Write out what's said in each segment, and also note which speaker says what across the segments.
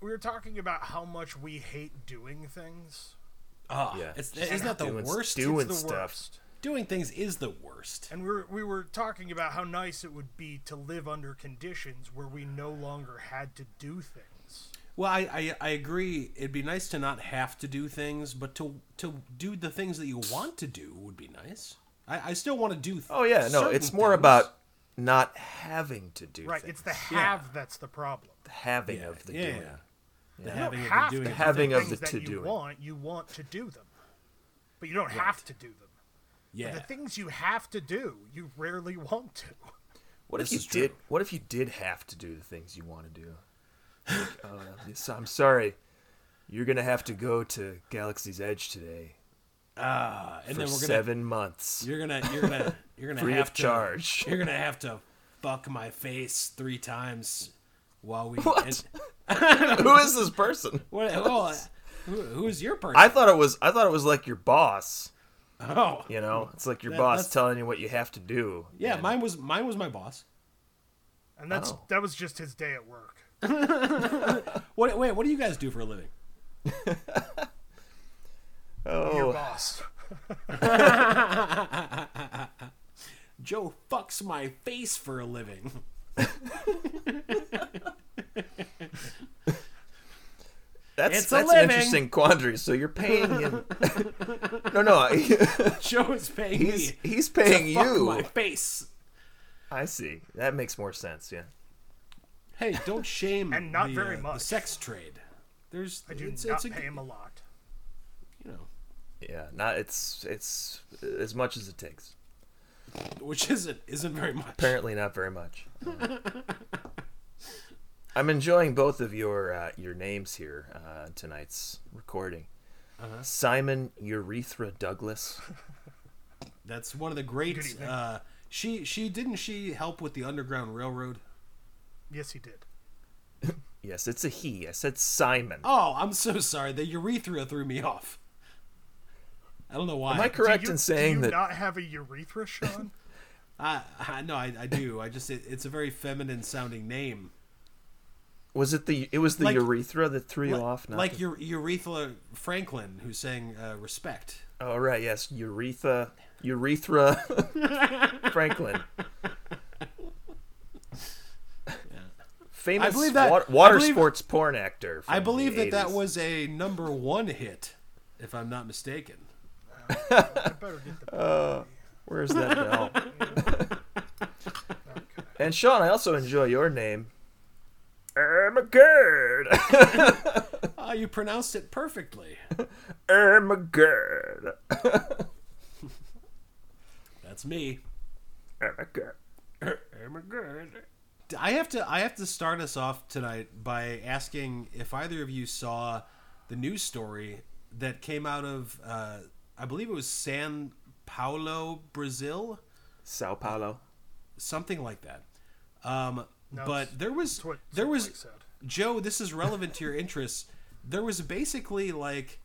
Speaker 1: we were talking about how much we hate doing things.
Speaker 2: Ah,
Speaker 3: Yeah.
Speaker 2: it's,
Speaker 3: Just
Speaker 2: it's not the
Speaker 3: doing-
Speaker 2: worst.
Speaker 3: do- Doing
Speaker 1: it's the
Speaker 3: stuff.
Speaker 1: worst.
Speaker 2: Doing things is the worst.
Speaker 1: And we were, we were talking about how nice it would be to live under conditions where we no longer had to do things.
Speaker 2: Well, I, I, I agree. It'd be nice to not have to do things, but to to do the things that you want to do would be nice. I, I still want to do. Th-
Speaker 3: Oh yeah, no,
Speaker 2: certain
Speaker 3: it's more
Speaker 2: things.
Speaker 3: about not having to do
Speaker 1: Right?
Speaker 3: things.
Speaker 1: It's the have that's the problem.
Speaker 3: the having
Speaker 2: Yeah,
Speaker 3: of the
Speaker 2: yeah,
Speaker 3: doing.
Speaker 2: yeah.
Speaker 1: You
Speaker 2: having
Speaker 1: don't
Speaker 2: of the
Speaker 1: have
Speaker 2: doing
Speaker 1: to
Speaker 2: it.
Speaker 1: do
Speaker 3: Having of
Speaker 1: things
Speaker 3: the
Speaker 1: that
Speaker 3: to
Speaker 1: you
Speaker 3: doing.
Speaker 1: want. You want to do them, but you don't have to do them.
Speaker 2: Yeah.
Speaker 1: The things you have to do, you rarely want to.
Speaker 3: What if you
Speaker 2: This is
Speaker 3: did?
Speaker 2: true.
Speaker 3: What if you did have to do the things you want to do? Like, uh, yes, I'm sorry, you're gonna have to go to Galaxy's Edge today
Speaker 2: Ah, and
Speaker 3: for
Speaker 2: then we're gonna
Speaker 3: 7 months.
Speaker 2: you're gonna you're gonna you're gonna
Speaker 3: Free of
Speaker 2: have to,
Speaker 3: charge.
Speaker 2: You're gonna have to fuck my face three times while we.
Speaker 3: What?
Speaker 2: and-
Speaker 3: Who is this person?
Speaker 2: what well, who, who's your person?
Speaker 3: I thought it was. I thought it was like your boss.
Speaker 2: oh
Speaker 3: You know, it's like your
Speaker 2: That-
Speaker 3: boss
Speaker 2: that's-
Speaker 3: telling you what you have to do.
Speaker 2: yeah,
Speaker 3: And-
Speaker 2: mine was mine was my boss.
Speaker 1: And that's
Speaker 3: Oh.
Speaker 1: that was just his day at work.
Speaker 2: What wait? What do you guys do for a living?
Speaker 1: Your
Speaker 3: Oh,
Speaker 1: boss.
Speaker 2: Joe fucks my face for a living.
Speaker 3: that's
Speaker 2: It's a
Speaker 3: that's an
Speaker 2: living.
Speaker 3: interesting quandary. So you're paying him. no, no,
Speaker 2: Joe is paying
Speaker 3: he's
Speaker 2: me.
Speaker 3: he's paying
Speaker 2: to fuck
Speaker 3: you.
Speaker 2: my face.
Speaker 3: I see. That makes more sense. Yeah.
Speaker 2: Hey, don't shame
Speaker 1: And not
Speaker 2: the,
Speaker 1: very
Speaker 2: uh, the
Speaker 1: much.
Speaker 2: sex trade. There's
Speaker 1: I do
Speaker 2: it's,
Speaker 1: not
Speaker 2: it's a,
Speaker 1: pay him a lot.
Speaker 2: you know,
Speaker 3: Yeah. Not. It's it's as much as it takes.
Speaker 2: which isn't isn't very much.
Speaker 3: Apparently not very much. I'm enjoying both of your uh, your names here uh, tonight's recording.
Speaker 1: Uh-huh.
Speaker 3: Simon Urethra Douglas.
Speaker 2: That's one of the great.
Speaker 1: evening.
Speaker 2: Uh, she she didn't she help with the Underground Railroad?
Speaker 1: Yes, he did.
Speaker 3: Yes, it's a he. I said Simon.
Speaker 2: Oh, I'm so sorry. The urethra threw me off. I don't know why.
Speaker 3: Am I correct
Speaker 1: do you,
Speaker 3: in
Speaker 1: do
Speaker 3: saying
Speaker 1: you
Speaker 3: that?
Speaker 1: not have a urethra, Sean?
Speaker 2: I, I no, I, I do. I just it, it's a very feminine sounding name.
Speaker 3: was it the it was the
Speaker 2: Like-
Speaker 3: urethra that threw you
Speaker 2: like,
Speaker 3: off? Not
Speaker 2: like
Speaker 3: the-
Speaker 2: your Urethra Franklin, who sang uh, "Respect."
Speaker 3: Oh right, yes, urethra, urethra, Franklin. Famous
Speaker 2: I believe that-
Speaker 3: wa-
Speaker 2: I
Speaker 3: water
Speaker 2: believe-
Speaker 3: sports porn actor.
Speaker 2: I
Speaker 3: from
Speaker 2: believe that
Speaker 3: the
Speaker 2: that
Speaker 3: 80s.
Speaker 2: was a number one hit, if I'm not mistaken.
Speaker 1: I better get the.
Speaker 3: Where's that bell? and Sean, I also enjoy your name. Ermagerd.
Speaker 2: Ah, you pronounced it perfectly.
Speaker 3: Ermagerd.
Speaker 2: That's me.
Speaker 3: Ermagerd.
Speaker 2: I have to I have to start us off tonight by asking if either of you saw the news story that came out of uh, I believe it was San Paulo, Brazil,
Speaker 3: Sao Paulo.
Speaker 2: something like that. Um,
Speaker 1: No,
Speaker 2: but there was
Speaker 1: That's what
Speaker 2: there
Speaker 1: Mike
Speaker 2: was
Speaker 1: said.
Speaker 2: Joe. This is relevant to your interests. There was basically like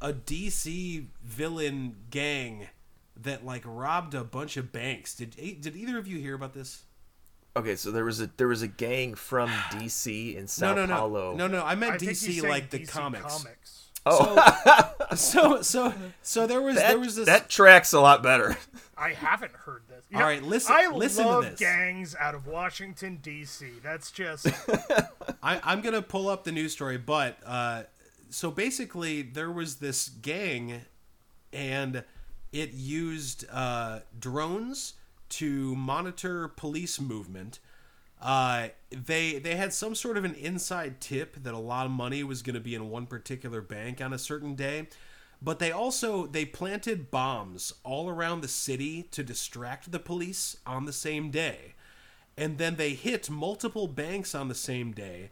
Speaker 2: a DC villain gang that like robbed a bunch of banks. Did e, did either of you hear about this?
Speaker 3: Okay, so there was a there was a gang from DC in Sao
Speaker 2: no, no,
Speaker 3: Paulo.
Speaker 2: no, no, no. I meant
Speaker 1: I think he's
Speaker 2: DC
Speaker 1: saying
Speaker 2: like the
Speaker 1: DC
Speaker 2: comics. So, so, so, so there was
Speaker 3: That,
Speaker 2: there was this.
Speaker 3: that tracks a lot better.
Speaker 1: I haven't heard this.
Speaker 2: All right, listen-
Speaker 1: I
Speaker 2: listen to
Speaker 1: love
Speaker 2: this.
Speaker 1: gangs out of Washington D.C. That's just
Speaker 2: I, I'm gonna pull up the news story, but uh, so basically there was this gang, and it used uh, drones to monitor police movement. Uh, they they had some sort of an inside tip that a lot of money was going to be in one particular bank on a certain day, but they also they planted bombs all around the city to distract the police on the same day and then they hit multiple banks on the same day.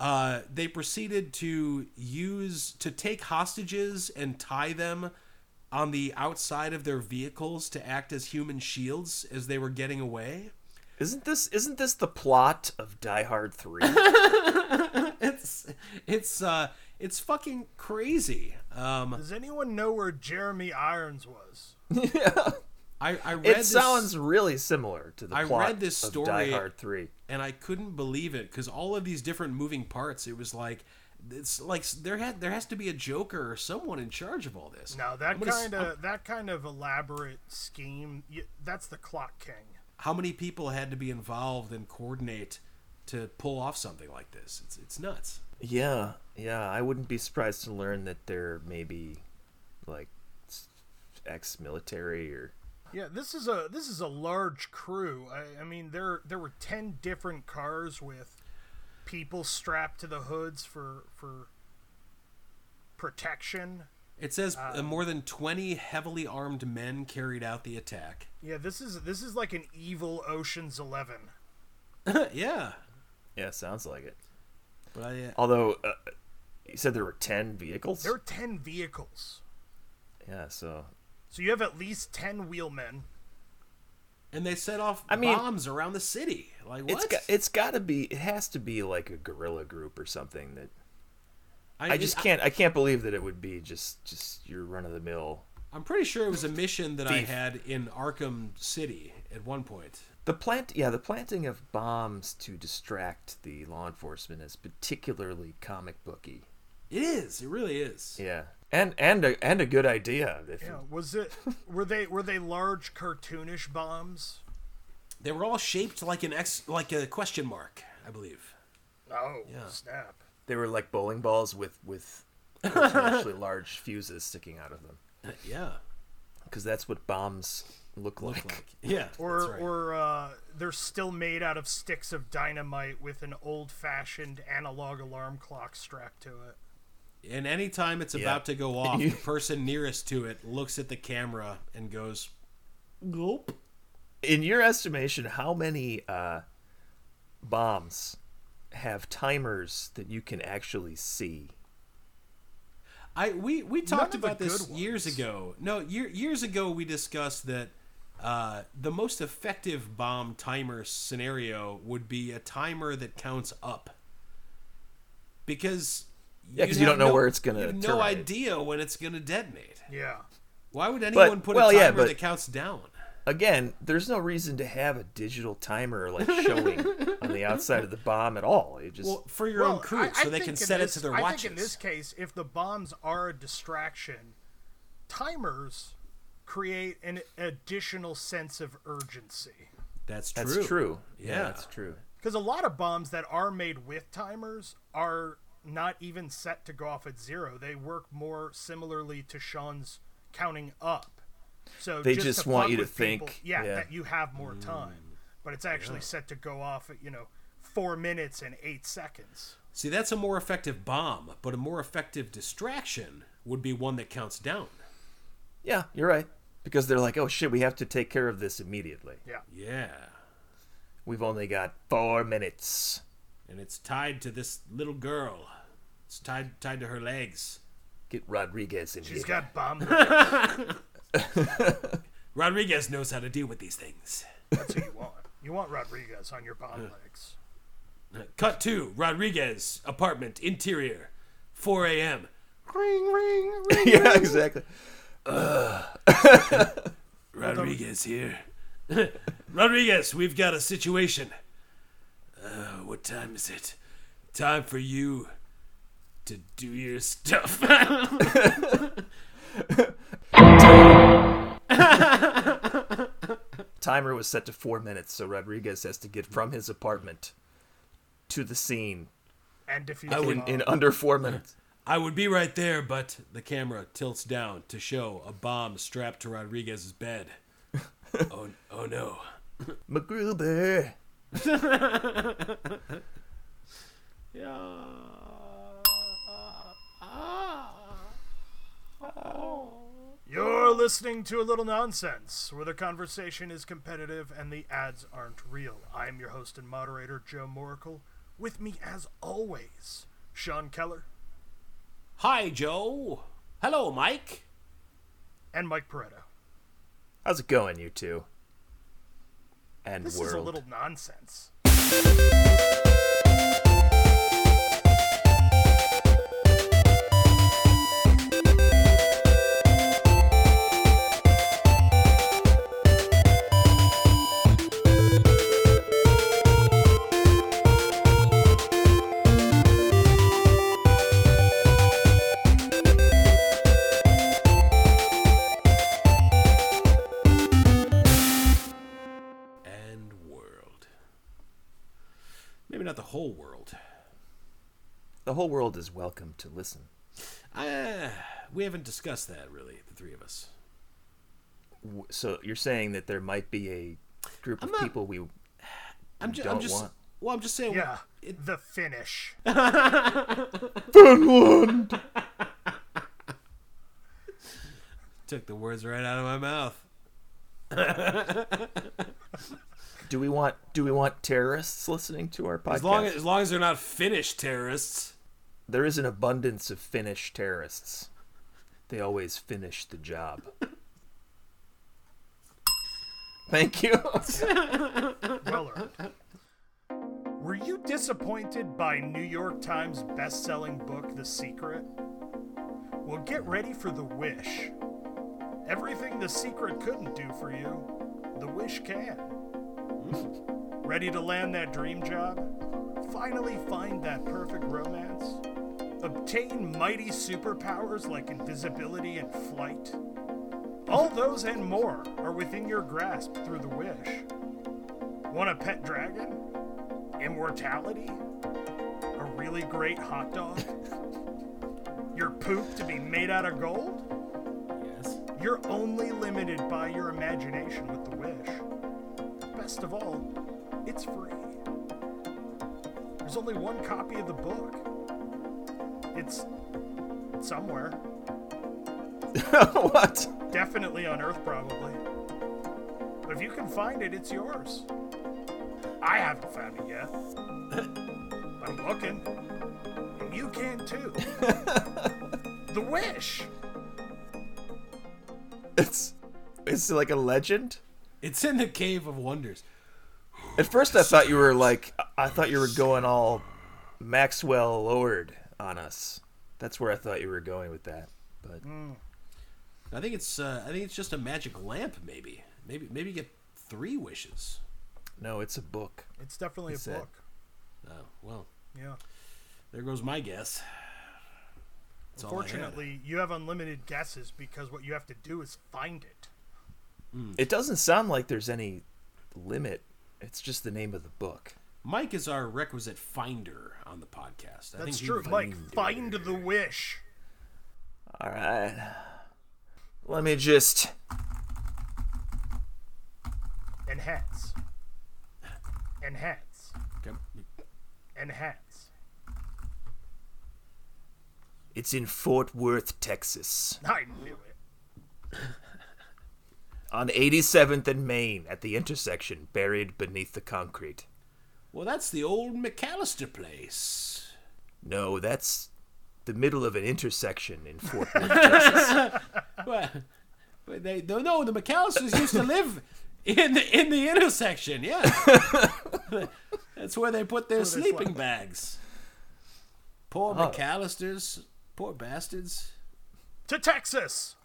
Speaker 2: Uh, they proceeded to use to take hostages and tie them on the outside of their vehicles to act as human shields as they were getting away.
Speaker 3: Isn't this isn't this the plot of Die Hard 3?
Speaker 2: It's it's uh it's fucking crazy. Um,
Speaker 1: does anyone know where Jeremy Irons was?
Speaker 2: I I read
Speaker 3: it
Speaker 2: this,
Speaker 3: sounds really similar to the
Speaker 2: I
Speaker 3: plot
Speaker 2: read this
Speaker 3: of Die
Speaker 2: story-
Speaker 3: Hard 3.
Speaker 2: and I couldn't believe it because all of these different moving parts. It was like it's like there had there has to be a Joker or someone in charge of all this.
Speaker 1: Now
Speaker 2: I'm
Speaker 1: that
Speaker 2: gonna s-
Speaker 1: kind
Speaker 2: I'm-
Speaker 1: of that kind of elaborate scheme, y that's the Clock King.
Speaker 2: how many people had to be involved and coordinate to pull off something like this? It's it's nuts.
Speaker 3: Yeah, yeah. I wouldn't be surprised to learn that they're maybe like s- ex-military or
Speaker 1: Yeah, this is a this is a large crew. I, I mean, there there were ten different cars with people strapped to the hoods for for protection.
Speaker 2: It says
Speaker 3: Um,
Speaker 2: uh, more than twenty heavily armed men carried out the attack.
Speaker 1: Yeah, this is this is like an evil Ocean's Eleven.
Speaker 2: yeah,
Speaker 3: yeah, sounds like it.
Speaker 2: but I uh,
Speaker 3: Although uh, you said there were ten vehicles.
Speaker 1: There are ten vehicles,
Speaker 3: Yeah, so
Speaker 1: so you have at least ten wheelmen.
Speaker 2: and they set off
Speaker 3: I mean-
Speaker 2: bombs around the city. Like what?
Speaker 3: it's got, it's got to be it has to be like a guerrilla group or something that I just can't I can't believe that it would be just just your run of the mill.
Speaker 2: I'm pretty sure it was a mission that I
Speaker 3: Thief.
Speaker 2: had in Arkham City at one point.
Speaker 3: The plant, yeah, the planting of bombs to distract the law enforcement is particularly comic booky.
Speaker 2: It is. It really is.
Speaker 3: Yeah, and and a and a good idea. If
Speaker 1: Yeah, was it were they were they large cartoonish bombs?
Speaker 2: They were all shaped like an X, like a question mark, I believe.
Speaker 1: Oh snap!
Speaker 3: They were like bowling balls with with actually large fuses sticking out of them,
Speaker 2: Yeah.
Speaker 3: because that's what bombs look like.
Speaker 2: Like, yeah.
Speaker 1: Or
Speaker 2: that's right.
Speaker 1: or uh, they're still made out of sticks of dynamite with an old fashioned analog alarm clock strapped to it.
Speaker 2: and anytime it's about to go off, the person nearest to it looks at the camera and goes, "Gulp."
Speaker 3: In your estimation, how many uh, bombs have timers that you can actually see?
Speaker 2: I we we talked
Speaker 1: of the
Speaker 2: about this
Speaker 1: good ones.
Speaker 2: years ago. No, year, years ago we discussed that uh, the most effective bomb timer scenario would be a timer that counts up, because
Speaker 3: Yeah, 'cause you
Speaker 2: have
Speaker 3: don't know where it's gonna
Speaker 2: you have no
Speaker 3: terminate.
Speaker 2: idea when it's gonna detonate.
Speaker 1: Yeah.
Speaker 2: Why would anyone put
Speaker 3: well,
Speaker 2: a
Speaker 3: yeah,
Speaker 2: timer
Speaker 3: but-
Speaker 2: that counts down?
Speaker 3: Again, there's no reason to have a digital timer like showing on the outside of the bomb at all. It just
Speaker 2: Well, for your own crew,
Speaker 1: I- I
Speaker 2: so they can
Speaker 1: think in
Speaker 2: set
Speaker 1: this-
Speaker 2: it to their
Speaker 1: I
Speaker 2: watches.
Speaker 1: think in this case, if the bombs are a distraction, timers create an additional sense of urgency.
Speaker 2: that's true.
Speaker 3: that's true. Yeah,
Speaker 2: Yeah.
Speaker 3: that's true.
Speaker 1: Because a lot of bombs that are made with timers are not even set to go off at zero. They work more similarly to Sean's counting up. So
Speaker 3: They
Speaker 1: just,
Speaker 3: just
Speaker 1: to
Speaker 3: want
Speaker 1: fuck
Speaker 3: you to
Speaker 1: with people-
Speaker 3: think,
Speaker 1: yeah,
Speaker 3: yeah.
Speaker 1: that you have more time, but it's actually set to go off at you know four minutes and eight seconds.
Speaker 2: See, that's a more effective bomb, but a more effective distraction would be one that counts down.
Speaker 3: Yeah, you're right. Because they're like, oh shit, we have to take care of this immediately.
Speaker 1: Yeah.
Speaker 2: Yeah.
Speaker 3: We've only got four minutes.
Speaker 2: and it's tied to this little girl. It's tied tied to her legs.
Speaker 3: Get Rodriguez in
Speaker 1: She's
Speaker 3: here.
Speaker 1: got bomb.
Speaker 2: Rodriguez knows how to deal with these things.
Speaker 1: That's who you want. You want Rodriguez on your bomb legs.
Speaker 2: Cut to Rodriguez apartment interior, 4 a.m.
Speaker 3: yeah, exactly.
Speaker 2: Rodriguez here. Rodriguez, we've got a situation. Uh, what time is it? Time for you to do your stuff.
Speaker 3: Timer was set to four minutes, so Rodriguez has to get from his apartment to the scene
Speaker 1: And defeat
Speaker 2: I
Speaker 1: the
Speaker 2: wouldn't-
Speaker 1: bomb.
Speaker 3: in under four minutes.
Speaker 2: I would be right there, but the camera tilts down to show a bomb strapped to Rodriguez's bed. oh, oh no.
Speaker 3: MacGruber.
Speaker 1: You're listening to a little nonsense, where the conversation is competitive and the ads aren't real. I'm your host and moderator, Joe Moracle. With me, as always, Sean Keller
Speaker 2: Hi, Joe. Hello, Mike.
Speaker 1: and Mike Pareto.
Speaker 3: How's it going, you two? And
Speaker 1: This
Speaker 3: world.
Speaker 1: is a little nonsense.
Speaker 3: The whole world is welcome to listen.
Speaker 2: Uh, we haven't discussed that really, the three of us.
Speaker 3: W- So you're saying that there might be a group
Speaker 2: I'm
Speaker 3: of
Speaker 2: not-
Speaker 3: people we
Speaker 2: I'm, ju- I'm
Speaker 3: don't
Speaker 2: just.
Speaker 3: want-
Speaker 2: Well, I'm just saying.
Speaker 1: Yeah, the finish.
Speaker 2: Took the words right out of my mouth.
Speaker 3: do we want do we want terrorists listening to our podcast?
Speaker 2: As long as, as long as they're not Finnish terrorists.
Speaker 3: there is an abundance of Finnish terrorists. They always finish the job. Thank you.
Speaker 1: Well earned. Were you disappointed by New York Times best-selling book The Secret? Well, get ready for The Wish. Everything The Secret couldn't do for you, The Wish can. ready to land that dream job? Finally find that perfect romance? Obtain mighty superpowers like invisibility and flight? All those and more are within your grasp through The Wish. Want a pet dragon? Immortality? A really great hot dog? your poop to be made out of gold?
Speaker 2: Yes.
Speaker 1: You're only limited by your imagination with the wish. Best of all, it's free. There's only one copy of the book. It's somewhere.
Speaker 3: what?
Speaker 1: Definitely on Earth, probably. But if you can find it, it's yours. I haven't found it yet. I'm looking. And you can too. the Wish!
Speaker 3: It's it's like a legend.
Speaker 2: It's in the Cave of Wonders.
Speaker 3: At first, I thought you were like I thought you were going all Maxwell Lord on us. That's where I thought you were going with that. But
Speaker 2: I think it's. Uh, I think it's just a magic lamp. Maybe. Maybe. Maybe you get three wishes.
Speaker 3: no, it's a book.
Speaker 1: It's definitely
Speaker 3: It's
Speaker 1: a
Speaker 3: it.
Speaker 1: book.
Speaker 2: Oh well.
Speaker 1: Yeah.
Speaker 2: There goes my guess. That's all I had.
Speaker 1: Fortunately, you have unlimited guesses because what you have to do is find it.
Speaker 3: It doesn't sound like there's any limit. It's just the name of the book.
Speaker 2: Mike is our requisite finder on the podcast. I
Speaker 1: That's
Speaker 2: think he
Speaker 1: true.
Speaker 2: finds
Speaker 1: Mike,
Speaker 2: it.
Speaker 1: find the Wish.
Speaker 3: All right. Let me just.
Speaker 1: And hats. And hats.
Speaker 2: Okay.
Speaker 1: And hats.
Speaker 3: It's in Fort Worth, Texas,
Speaker 1: I knew it.
Speaker 3: on 87th and Main, at the intersection, buried beneath the concrete.
Speaker 2: Well, that's the old McAllister place.
Speaker 3: No, that's the middle of an intersection in Fort Worth.
Speaker 2: Well, but they no, no. The McAllisters used to live in the in the intersection. Yeah, that's where they put Oh. their
Speaker 1: they
Speaker 2: sleeping
Speaker 1: slept.
Speaker 2: bags. Poor McAllisters, poor bastards.
Speaker 1: To Texas!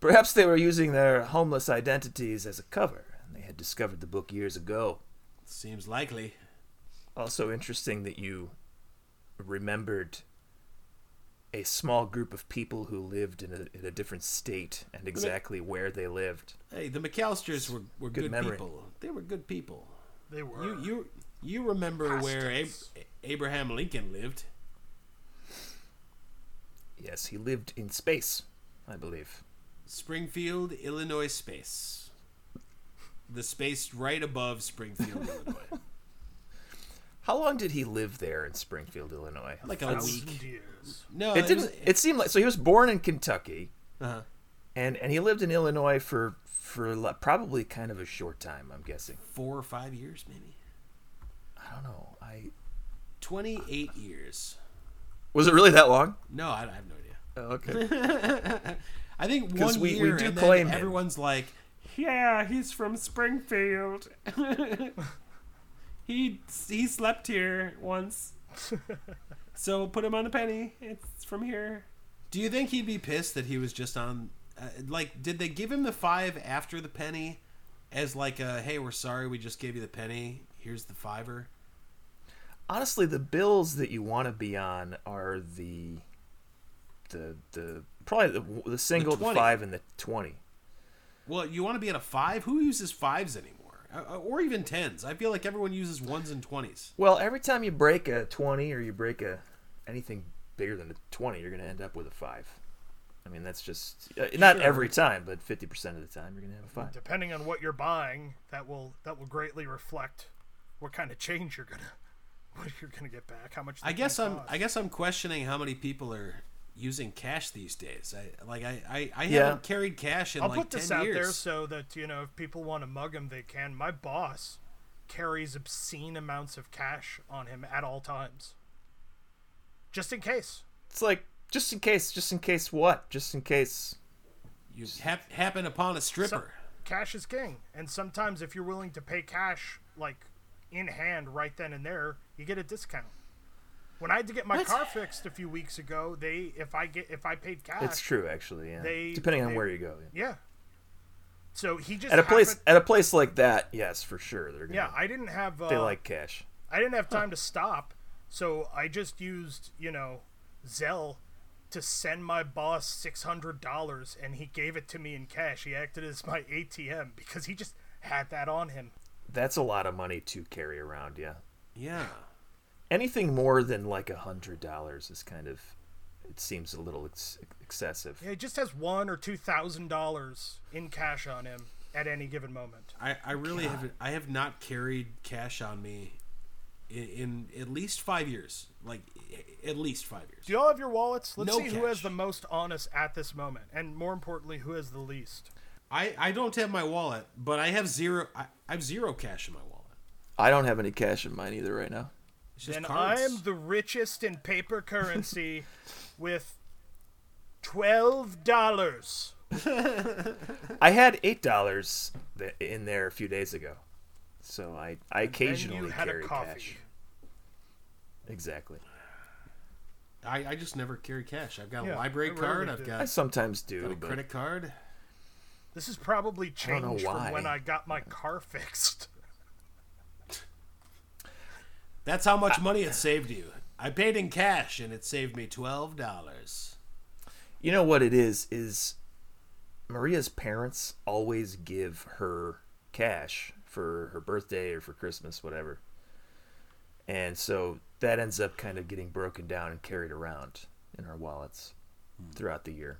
Speaker 3: Perhaps they were using their homeless identities as a cover, and they had discovered the book years ago.
Speaker 2: Seems likely.
Speaker 3: Also interesting that you remembered a small group of people who lived in a, in a different state and exactly where they lived.
Speaker 2: Hey, the McAllisters were, were good,
Speaker 3: memory.
Speaker 2: people. They were good people.
Speaker 1: They were.
Speaker 2: You you you remember where Ab-
Speaker 1: Bastards.
Speaker 2: Abraham Lincoln lived?
Speaker 3: Yes, he lived in space, I believe.
Speaker 2: Springfield, Illinois space. The space right above Springfield, Illinois.
Speaker 3: How long did he live there in Springfield, Illinois?
Speaker 2: Like a
Speaker 1: Thousand
Speaker 2: week.
Speaker 1: years.
Speaker 2: No,
Speaker 3: it
Speaker 2: Uh, was-
Speaker 3: didn't. It seemed like so. He was born in Kentucky,
Speaker 2: Uh-huh.
Speaker 3: and and he lived in Illinois for for a lot- probably kind of a short time. I'm guessing.
Speaker 2: four or five years, maybe.
Speaker 3: I don't know. I
Speaker 2: Twenty-eight years.
Speaker 3: was it really that long?
Speaker 2: No, I, I have no idea.
Speaker 3: Oh, okay.
Speaker 2: I think
Speaker 3: 'Cause
Speaker 2: one
Speaker 3: we- we
Speaker 2: year,
Speaker 3: do
Speaker 2: and
Speaker 3: claim
Speaker 2: then
Speaker 3: him.
Speaker 2: everyone's like, "Yeah, he's from Springfield. he he slept here once, so put him on a penny. It's from here." Do you think he'd be pissed that he was just on? Uh, like, did they give him the five after the penny, as like a "Hey, we're sorry, we just gave you the penny. Here's the fiver."
Speaker 3: Honestly, the bills that you want to be on are the the the probably the, the single, the,
Speaker 2: 20.
Speaker 3: five, and the twenty.
Speaker 2: Well, you want to be at a five? Who uses fives anymore? Uh, or even tens. I feel like everyone uses ones and twenties.
Speaker 3: Well, every time you break a 20 or you break a anything bigger than a 20, you're going to end up with a 5. I mean, that's just uh, not every time, but 50% of the time you're going to have a 5.
Speaker 1: Depending on what you're buying, that will that will greatly reflect what kind of change you're gonna what you're gonna get back. How much?
Speaker 2: I
Speaker 1: the
Speaker 2: guess
Speaker 1: thing
Speaker 2: I'm.
Speaker 1: costs.
Speaker 2: I guess I'm questioning how many people are using cash these days. I like. I. I, I
Speaker 3: Yeah.
Speaker 2: haven't carried cash in
Speaker 1: I'll
Speaker 2: like
Speaker 1: put this
Speaker 2: ten
Speaker 1: out
Speaker 2: years.
Speaker 1: there so that you know if people want to mug him, they can. My boss carries obscene amounts of cash on him at all times, just in case.
Speaker 3: It's like just in case, just in case what? Just in case.
Speaker 2: you hap- happen upon a stripper.
Speaker 1: Cash is king, and sometimes if you're willing to pay cash, like in hand, right then and there, you get a discount. When I had to get my
Speaker 2: What?
Speaker 1: car fixed a few weeks ago, they if I get if I paid cash,
Speaker 3: It's true actually, yeah.
Speaker 1: Ah, They-
Speaker 3: Depending on
Speaker 1: they-
Speaker 3: where you go. yeah.
Speaker 1: Yeah. So he just
Speaker 3: At a place
Speaker 1: happened-
Speaker 3: at a place like that, yes, for sure they're going to
Speaker 1: Yeah, I didn't have. Uh,
Speaker 3: they like cash.
Speaker 1: I didn't have time to stop, so I just used, you know, Zelle to send my boss six hundred dollars, and he gave it to me in cash. He acted as my ATM because he just had that on him.
Speaker 3: That's a lot of money to carry around, yeah.
Speaker 2: Yeah.
Speaker 3: Anything more than like a hundred dollars is kind of it seems a little ex- excessive.
Speaker 1: Yeah, he just has one or two thousand dollars in cash on him at any given moment.
Speaker 2: I. I really have. I have not carried cash on me in, in at least five years. Like i- at least five years.
Speaker 1: Do y'all have your wallets? Let's
Speaker 2: No
Speaker 1: see who has
Speaker 2: cash.
Speaker 1: the most on us at this moment, and more importantly, who has the least.
Speaker 2: I. I don't have my wallet, but I have zero. I, I have zero cash in my wallet.
Speaker 4: I don't have any cash in mine either right now.
Speaker 2: It's just
Speaker 1: then
Speaker 2: cards.
Speaker 1: I'm the richest in paper currency with twelve dollars.
Speaker 3: I had eight dollars in there a few days ago, so I I occasionally
Speaker 1: you had a
Speaker 3: carry
Speaker 1: coffee.
Speaker 3: cash. Exactly,
Speaker 2: I, I just never carry cash. I've got
Speaker 1: Yeah,
Speaker 2: a library
Speaker 1: I rarely
Speaker 2: card.
Speaker 1: do.
Speaker 2: I've
Speaker 3: I
Speaker 2: got
Speaker 3: sometimes
Speaker 2: a
Speaker 3: do, but
Speaker 2: credit card.
Speaker 1: This is probably
Speaker 3: don't know
Speaker 1: changed from when
Speaker 3: why.
Speaker 1: I got my car fixed.
Speaker 2: That's how
Speaker 3: Ah.
Speaker 2: much money it saved you. I paid in cash and it saved me twelve dollars.
Speaker 3: you know what it is is Maria's parents always give her cash for her birthday or for Christmas, whatever, and so that ends up kind of getting broken down and carried around in our wallets throughout the year.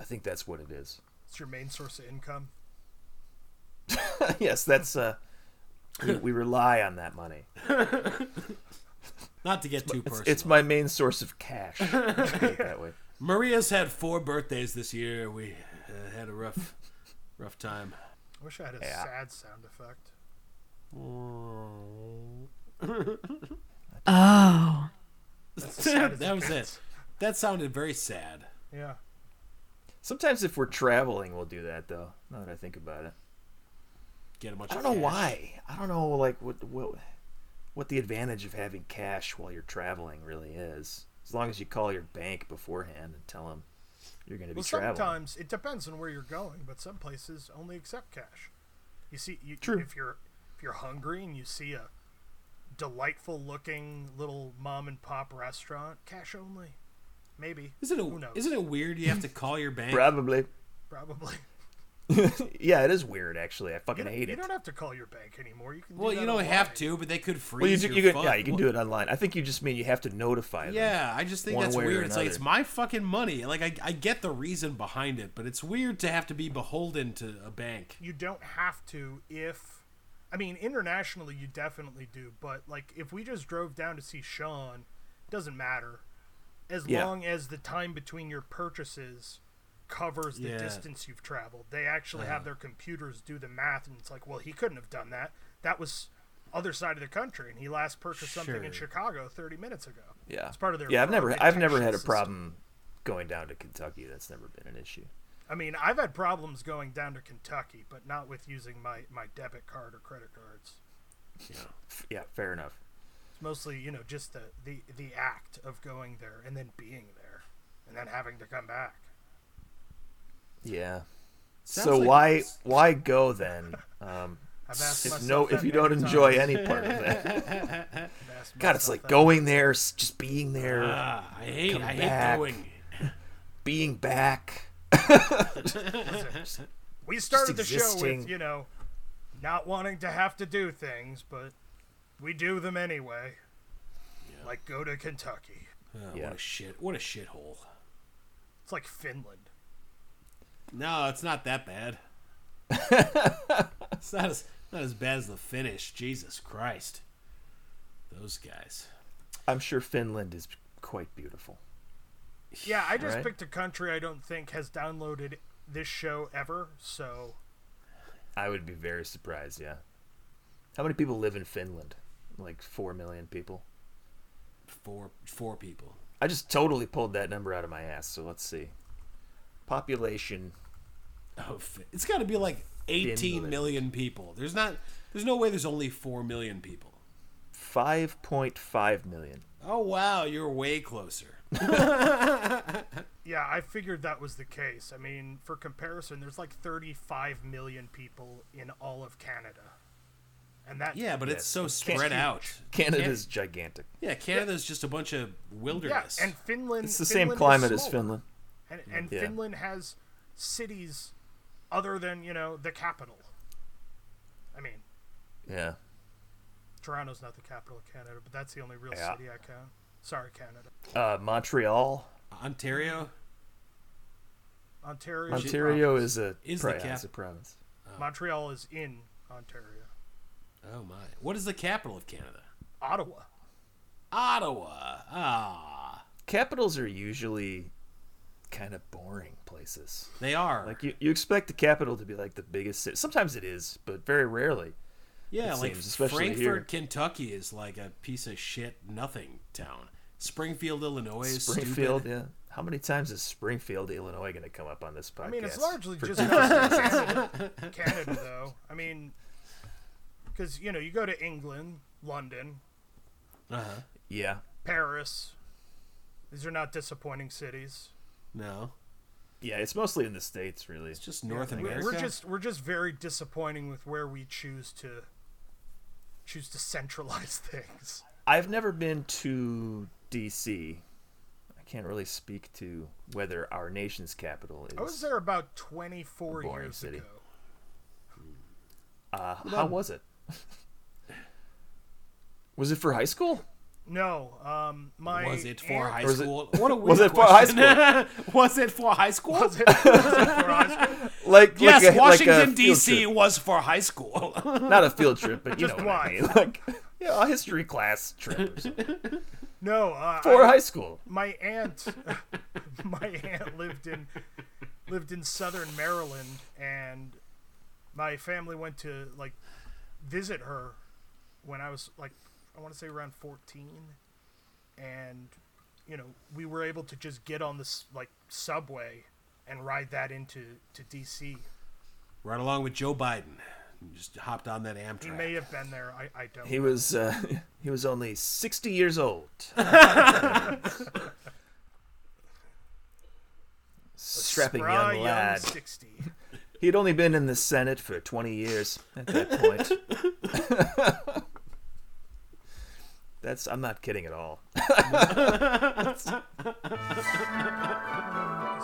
Speaker 3: I think that's what it is.
Speaker 1: It's your main source of income.
Speaker 3: yes, that's uh, we, we rely on that money.
Speaker 2: Not to get too personal.
Speaker 3: It's my main source of cash. Let's put it that way.
Speaker 2: Maria's had four birthdays this year. We uh, had a rough, rough time.
Speaker 1: I wish I had a
Speaker 3: Yeah.
Speaker 1: sad sound effect.
Speaker 5: Oh.
Speaker 1: sad as
Speaker 2: that
Speaker 1: it
Speaker 2: was
Speaker 1: gets.
Speaker 2: it. That sounded very sad.
Speaker 1: Yeah.
Speaker 3: Sometimes if we're traveling, we'll do that though. Now that I think about it,
Speaker 2: Get a bunch.
Speaker 3: I don't
Speaker 2: of
Speaker 3: know
Speaker 2: cash.
Speaker 3: why. I don't know like what what what the advantage of having cash while you're traveling really is. As long as you call your bank beforehand and tell them you're going to be
Speaker 1: Well,
Speaker 3: traveling.
Speaker 1: sometimes it depends on where you're going, but some places only accept cash. You see, you,
Speaker 3: True.
Speaker 1: if you're if you're hungry and you see a delightful looking little mom and pop restaurant, cash only. Maybe.
Speaker 2: Isn't
Speaker 1: Who
Speaker 2: it?
Speaker 1: knows?
Speaker 2: Isn't it weird? You have to call your bank.
Speaker 3: Probably.
Speaker 1: Probably.
Speaker 3: Yeah, it is weird actually. I
Speaker 1: You,
Speaker 3: fucking
Speaker 1: don't-
Speaker 3: hate
Speaker 1: you
Speaker 3: it.
Speaker 1: don't have to call your bank anymore. You can. Do
Speaker 2: well,
Speaker 1: that
Speaker 2: you don't have
Speaker 1: online.
Speaker 2: to, but they could freeze
Speaker 3: Well, you, do,
Speaker 2: your
Speaker 3: you can,
Speaker 2: fund.
Speaker 3: yeah, you can
Speaker 2: What-
Speaker 3: do it online. I think you just mean you have to notify them.
Speaker 2: Yeah, I just think
Speaker 3: one
Speaker 2: that's
Speaker 3: way or
Speaker 2: weird. It's like it's
Speaker 3: another.
Speaker 2: my fucking money. Like I, I get the reason behind it, but it's weird to have to be beholden to a bank.
Speaker 1: you don't have to if I mean internationally you definitely do, but like if we just drove down to see Sean, doesn't matter. As
Speaker 3: Yeah.
Speaker 1: long as the time between your purchases covers the
Speaker 2: Yeah.
Speaker 1: distance you've traveled. They actually have their computers do the math and it's like, well, he couldn't have done that. That was other side of the country and he last purchased something in
Speaker 2: Sure.
Speaker 1: Chicago 30 minutes ago.
Speaker 4: Yeah.
Speaker 1: It's part of their
Speaker 3: Yeah, I've never
Speaker 1: fraud
Speaker 3: I've never
Speaker 1: detection
Speaker 3: had a
Speaker 1: system.
Speaker 3: problem going down to Kentucky. That's never been an issue.
Speaker 1: I mean, I've had problems going down to Kentucky, but not with using my my debit card or credit cards.
Speaker 3: F- Yeah, fair enough.
Speaker 1: It's mostly you know just the, the the act of going there and then being there and then having to come back
Speaker 3: Yeah.
Speaker 2: Sounds
Speaker 3: so
Speaker 2: like
Speaker 3: why
Speaker 2: it's-
Speaker 3: why go then? Um,
Speaker 1: I've asked
Speaker 3: if
Speaker 1: myself
Speaker 3: no,
Speaker 1: that
Speaker 3: if you
Speaker 1: many
Speaker 3: don't enjoy
Speaker 1: times.
Speaker 3: any part of it,
Speaker 1: I've asked
Speaker 3: God, it's
Speaker 1: myself
Speaker 3: like
Speaker 1: that.
Speaker 3: going there, s- just being there,
Speaker 2: Ah, I hate,
Speaker 3: Come
Speaker 2: I hate
Speaker 3: back.
Speaker 2: going.
Speaker 3: being back.
Speaker 1: we started the
Speaker 3: just
Speaker 1: show
Speaker 3: existing.
Speaker 1: with you know Not wanting to have to do things, but we do them anyway. Like go to Kentucky.
Speaker 2: Oh,
Speaker 3: Yeah.
Speaker 2: What a shit! What a shithole!
Speaker 1: It's like Finland.
Speaker 2: No, it's not that bad. it's not as not as bad as the finish. Jesus Christ, those guys.
Speaker 3: I'm sure Finland is quite beautiful.
Speaker 1: Yeah, I just
Speaker 3: Right.
Speaker 1: picked a country I don't think has downloaded this show ever, so
Speaker 3: I would be very surprised, yeah. How many people live in Finland? Like 4 million people.
Speaker 2: Four four people.
Speaker 3: I just totally pulled that number out of my ass, so let's see. Population.
Speaker 2: Oh, fi- it's got to be like eighteen
Speaker 3: Finland.
Speaker 2: million people. There's not. There's no way. There's only four million people.
Speaker 3: 5.5 million.
Speaker 2: Oh wow, you're way closer.
Speaker 1: yeah, I figured that was the case. I mean, for comparison, there's like 35 million people in all of Canada. And that
Speaker 2: Yeah, but it's
Speaker 3: Yes.
Speaker 2: so
Speaker 3: Can't-
Speaker 2: spread out.
Speaker 3: Canada's gigantic.
Speaker 2: Yeah, Canada's just a bunch of
Speaker 1: yeah,
Speaker 2: wilderness.
Speaker 1: and Finland
Speaker 3: It's the
Speaker 1: Finland
Speaker 3: same
Speaker 1: is
Speaker 3: climate as
Speaker 1: smaller.
Speaker 3: Finland.
Speaker 1: And, and
Speaker 3: Mm-hmm. Yeah.
Speaker 1: Finland has cities other than, you know, the capital. I mean,
Speaker 3: Yeah.
Speaker 1: Toronto's not the capital of Canada, but that's the only real
Speaker 3: Yeah.
Speaker 1: city I count. Sorry, Canada.
Speaker 3: Uh, Montreal.
Speaker 2: Ontario.
Speaker 1: Ontario. uh,
Speaker 3: Ontario is a,
Speaker 2: Is the
Speaker 3: pro-
Speaker 2: cap-
Speaker 3: is a province.
Speaker 1: Montreal is in Ontario.
Speaker 2: Oh my. What is the capital of Canada?
Speaker 1: Ottawa.
Speaker 2: Ottawa. Ah,
Speaker 3: Capitals are usually kind of boring places.
Speaker 2: they are.
Speaker 3: Like you, you expect the capital to be like the biggest city. Sometimes it is, but very rarely.
Speaker 2: yeah,
Speaker 3: it
Speaker 2: like
Speaker 3: seems, especially
Speaker 2: Frankfurt,
Speaker 3: here.
Speaker 2: Kentucky is like a piece of shit nothing town. Springfield, Illinois is
Speaker 3: Springfield,
Speaker 2: stupid.
Speaker 3: yeah. How many times is Springfield, Illinois, going to come up on this podcast?
Speaker 1: I mean, it's largely
Speaker 3: For-
Speaker 1: just Canada, Canada, though. I mean, because, you know, you go to England, London,
Speaker 2: Uh-huh.
Speaker 3: yeah,
Speaker 1: Paris. These are not disappointing cities.
Speaker 2: No.
Speaker 3: yeah. It's mostly in the states, really.
Speaker 2: It's just North
Speaker 1: We-
Speaker 2: America.
Speaker 1: We're just we're just very disappointing with where we choose to choose to centralize things.
Speaker 3: I've never been to D.C. I can't really speak to whether our nation's capital is.
Speaker 1: I was there about 24
Speaker 3: Boring
Speaker 1: years
Speaker 3: city.
Speaker 1: ago.
Speaker 3: Uh, how was it? was it for high school?
Speaker 1: No, um, my
Speaker 2: was it for
Speaker 1: aunt-
Speaker 2: high
Speaker 3: Or is it-
Speaker 2: school? what a weird
Speaker 3: Was it for high
Speaker 2: school? was it for high school?
Speaker 1: Was it- was it for high school?
Speaker 3: Like
Speaker 2: yes,
Speaker 3: like a- like a
Speaker 2: Washington
Speaker 3: field
Speaker 2: D.C.
Speaker 3: trip.
Speaker 2: was for high school.
Speaker 3: Not a field trip, but you
Speaker 1: Just
Speaker 3: know what I
Speaker 1: one.
Speaker 3: mean. Like yeah, a history class trip or something.
Speaker 1: No, uh,
Speaker 3: for
Speaker 1: I-
Speaker 3: high school.
Speaker 1: my aunt, my aunt lived in lived in Southern Maryland, and my family went to like visit her when I was like I want to say around 14 and you know we were able to just get on this like subway and ride that into to DC.
Speaker 2: right along with Joe Biden. You Just hopped on that Amtrak.
Speaker 1: He may have been there. I, I don't.
Speaker 3: He was uh, he was only sixty years old. Strapping
Speaker 1: Spry
Speaker 3: young lad.
Speaker 1: 60.
Speaker 3: He'd only been in the Senate for twenty years at that point. That's I'm not kidding at all.
Speaker 1: It's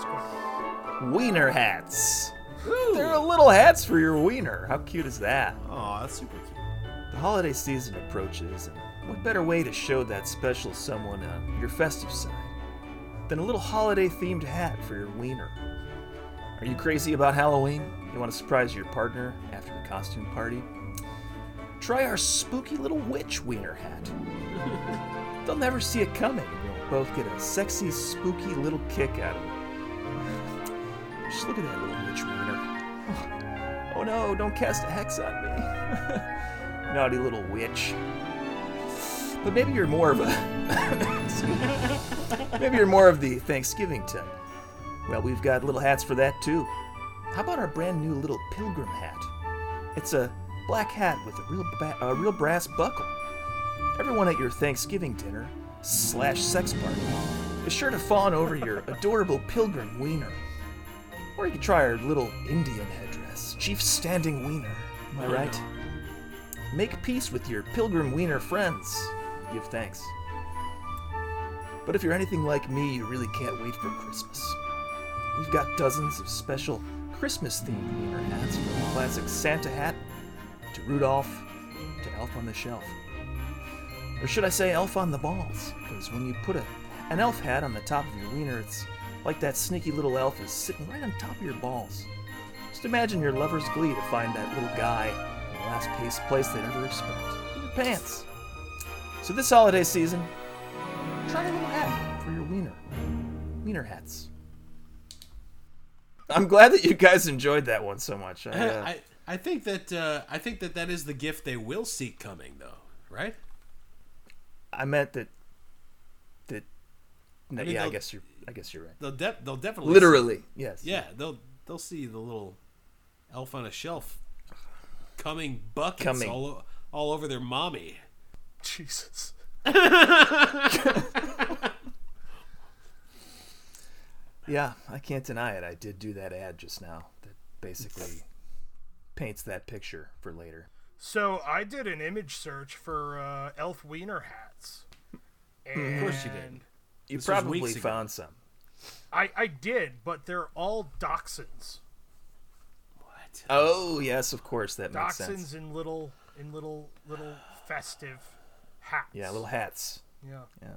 Speaker 1: quite-
Speaker 3: Wiener hats. They're little hats for your wiener. How cute is that?
Speaker 2: Oh, that's super cute.
Speaker 3: The holiday season approaches, and what better way to show that special someone on your festive side than a little holiday themed hat for your wiener? Are you crazy about Halloween? You want to surprise your partner after the costume party? Try our spooky little witch wiener hat. They'll never see it coming, and you'll both get a sexy, spooky little kick out of it. Just look at that little witch wiener. Oh no, don't cast a hex on me naughty little witch. But maybe you're more of a excuse me. maybe you're more of the Thanksgiving type. Well, we've got little hats for that too. How about our brand new little pilgrim hat? It's a black hat with a real ba- a real brass buckle. Everyone at your Thanksgiving dinner slash sex party is sure to fawn over your adorable pilgrim wiener. Or you could try our little Indian headdress, Chief Standing Wiener. Am I right? Make peace with your pilgrim wiener friends. Give thanks. But if you're anything like me, you really can't wait for Christmas. We've got dozens of special Christmas themed wiener hats from the classic Santa hat to to Rudolph to Elf on the Shelf. Or should I say Elf on the Balls? Because when you put a, an elf hat on the top of your wiener, it's like that sneaky little elf is sitting right on top of your balls. Just imagine your lover's glee to find that little guy in the last place, place they'd ever expect. In your pants. So this holiday season, try a little hat for your wiener. Wiener hats. I'm glad that you guys enjoyed that one so much. I, uh,
Speaker 2: I, I think that uh, I think that that is the gift they will seek coming, though, right?
Speaker 3: I meant that. That. No,
Speaker 2: I mean,
Speaker 3: yeah, I
Speaker 2: they'll-
Speaker 3: guess you're. I guess you're right.
Speaker 2: They'll de- they'll definitely
Speaker 3: Literally, yes.
Speaker 2: yeah they'll they'll see the little elf on a shelf coming buckets
Speaker 3: Coming.
Speaker 2: all o- all over their mommy.
Speaker 1: Jesus.
Speaker 3: yeah. I can't deny it. I did do that ad just now. That basically paints that picture for later.
Speaker 1: So I did an image search for uh, elf wiener hats. And
Speaker 2: Of course you did.
Speaker 3: You
Speaker 2: This was
Speaker 3: probably
Speaker 2: weeks ago.
Speaker 3: found some.
Speaker 1: I, I did, but they're all dachshunds.
Speaker 2: What?
Speaker 3: Oh yes, of course that makes sense.
Speaker 1: Dachshunds in little in little little festive hats.
Speaker 3: Yeah, little hats.
Speaker 1: yeah.
Speaker 3: Yeah,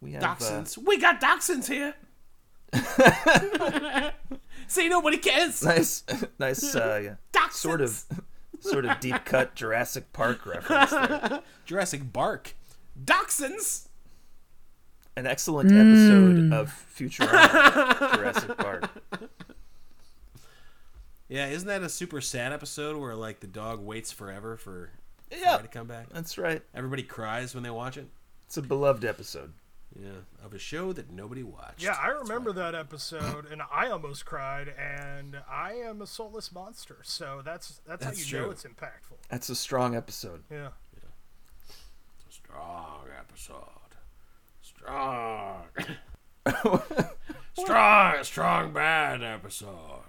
Speaker 3: we have. uh,
Speaker 2: Dachshunds. We got dachshunds here. See, nobody cares.
Speaker 3: nice, nice. Uh, yeah,
Speaker 2: Dachshunds.
Speaker 3: sort of, sort of deep cut Jurassic Park reference. There.
Speaker 2: Jurassic Bark. Dachshunds.
Speaker 3: An excellent episode of Futurama, Jurassic Park.
Speaker 2: Yeah, isn't that a super sad episode where like the dog waits forever for
Speaker 3: Yeah.
Speaker 2: Fry to come back?
Speaker 3: That's right.
Speaker 2: Everybody cries when they watch it.
Speaker 3: It's a beloved episode.
Speaker 2: Yeah, of a show that nobody watched.
Speaker 1: Yeah, I remember that episode, and I almost cried. And I am a soulless monster, so that's that's,
Speaker 2: That's
Speaker 1: how you
Speaker 2: true.
Speaker 1: know it's impactful.
Speaker 3: That's a strong episode.
Speaker 1: Yeah,
Speaker 2: Strong episode. Strong. strong, strong bad episode.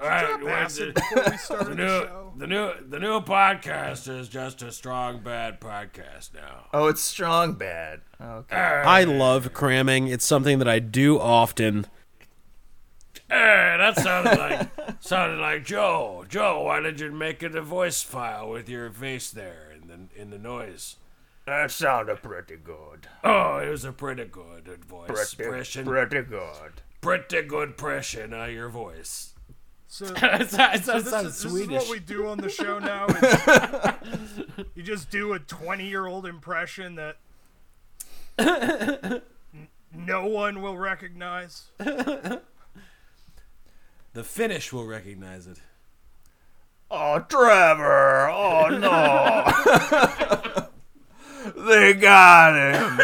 Speaker 2: All right,
Speaker 1: Stop asking before we started the show.
Speaker 2: the new the new podcast is just a strong bad podcast now.
Speaker 3: Oh, it's strong bad. Okay.
Speaker 2: I love cramming. It's something that I do often. Hey, Eh, that sounded like sounded like Joe. Joe, why did you make it a voice file with your face there in the in the noise?
Speaker 3: That sounded pretty good.
Speaker 2: Oh, it was a pretty good voice expression.
Speaker 3: pretty good.
Speaker 2: pretty good impression of your voice.
Speaker 1: So,
Speaker 2: it sounds,
Speaker 1: this, is, this is what we do on the show now. is you just do a twenty-year-old impression that n- no one will recognize.
Speaker 2: The Finnish will recognize it.
Speaker 3: Oh, Trevor! Oh no! they got him.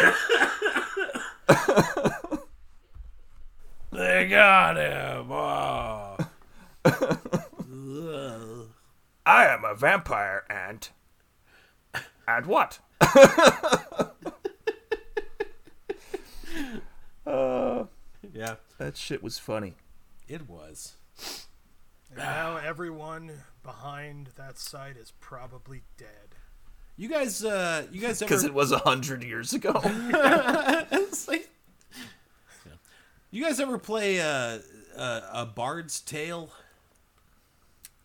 Speaker 2: They got him. Oh.
Speaker 3: I am a vampire ant. And what? uh,
Speaker 2: yeah,
Speaker 3: that shit was funny.
Speaker 2: it was.
Speaker 1: And now everyone behind that site is probably dead.
Speaker 2: You guys, uh, you guys ever?
Speaker 3: Because it was a hundred years ago.
Speaker 2: It's like- You guys ever play uh, uh, a Bard's Tale?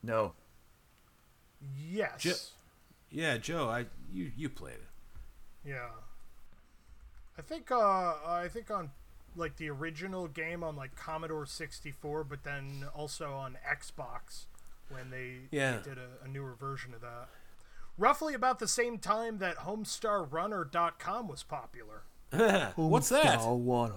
Speaker 3: no.
Speaker 1: Yes.
Speaker 2: Ju- Yeah, Joe, I you you played it.
Speaker 1: Yeah. I think uh I think on like the original game on like Commodore 64, but then also on Xbox when they, they
Speaker 2: Yeah.
Speaker 1: did a, a newer version of that. Roughly about the same time that HomestarRunner.com was popular.
Speaker 2: What's that?
Speaker 3: Oh, what?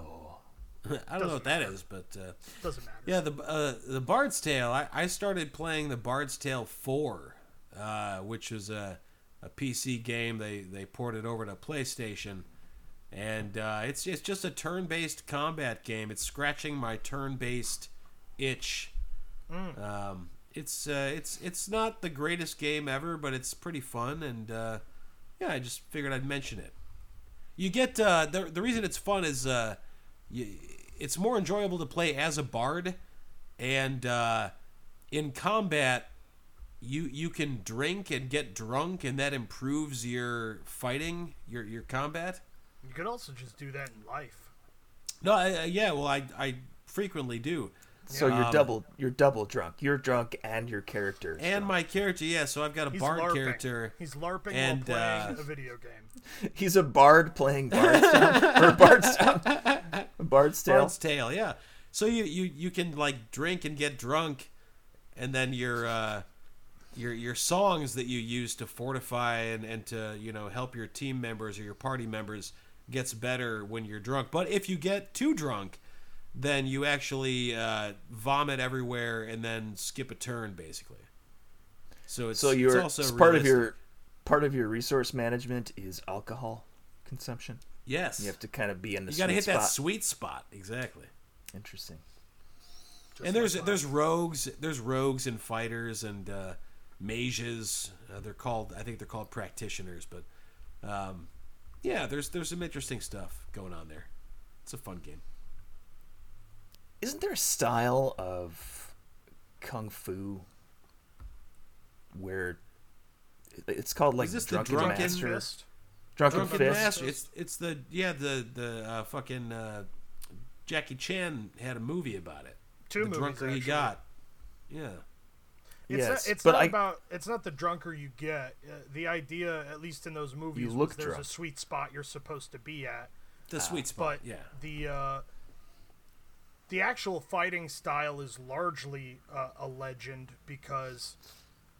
Speaker 2: I don't know what that is, but uh,
Speaker 1: Doesn't matter.
Speaker 2: yeah, the uh, the Bard's Tale. I, I started playing the Bard's Tale Four, uh, which was a a PC game. They they ported over to PlayStation, and uh, it's it's just a turn based combat game. It's scratching my turn based itch. Um, it's uh, it's it's not the greatest game ever, but it's pretty fun, and uh, yeah, I just figured I'd mention it. You get uh, the the reason it's fun is uh, you, it's more enjoyable to play as a bard, and uh, in combat, you you can drink and get drunk, and that improves your fighting, your your combat.
Speaker 1: You could also just do that in life.
Speaker 2: No, I, I- yeah, well, I I frequently do.
Speaker 3: So you're double you're double drunk. You're drunk and your character. is
Speaker 2: And my character, yeah. So I've got a
Speaker 1: He's
Speaker 2: bard
Speaker 1: LARPing.
Speaker 2: character.
Speaker 1: He's LARPing
Speaker 2: and,
Speaker 1: while playing
Speaker 2: uh,
Speaker 1: a video game.
Speaker 3: drunk. He's a bard playing Bardstown or Bardstown. Bard's tale.
Speaker 2: Bard's Tale, yeah. So you, you you can like drink and get drunk, and then your uh, your your songs that you use to fortify and, and to you know help your team members or your party members gets better when you're drunk. But if you get too drunk, then you actually uh, vomit everywhere and then skip a turn basically. So it's
Speaker 3: So
Speaker 2: it's
Speaker 3: you're
Speaker 2: also
Speaker 3: s- part of
Speaker 2: realistic.
Speaker 3: your part of your resource management is alcohol consumption.
Speaker 2: yes
Speaker 3: You have to kind of be in the
Speaker 2: you got to
Speaker 3: sweet
Speaker 2: hit that
Speaker 3: spot.
Speaker 2: sweet spot exactly.
Speaker 3: Interesting.
Speaker 2: and there's there's rogues there's rogues and fighters and uh, mages uh, they're called I think they're called practitioners but um, yeah there's there's some interesting stuff going on there it's a fun game
Speaker 3: Isn't there a style of kung fu where it- it's called like
Speaker 2: Is this the
Speaker 3: drunken,
Speaker 2: drunken
Speaker 3: master,
Speaker 1: Fist.
Speaker 3: drunken,
Speaker 2: Drunken
Speaker 3: fist?
Speaker 2: Master it's it's the yeah the the uh, fucking uh, Jackie Chan had a movie about it
Speaker 1: Two
Speaker 2: the
Speaker 1: movies,
Speaker 2: drunker he
Speaker 1: actually.
Speaker 2: got yeah
Speaker 1: It's
Speaker 3: Yes,
Speaker 1: not, it's
Speaker 3: but
Speaker 1: not
Speaker 3: I-
Speaker 1: about. It's not the drunker you get. Uh, the idea, at least in those movies, was
Speaker 3: look
Speaker 1: there's a
Speaker 3: drunk.
Speaker 1: sweet spot you're supposed to be at.
Speaker 2: the sweet
Speaker 1: Ah,
Speaker 2: spot
Speaker 1: But
Speaker 2: yeah
Speaker 1: the uh, the actual fighting style is largely uh, a legend because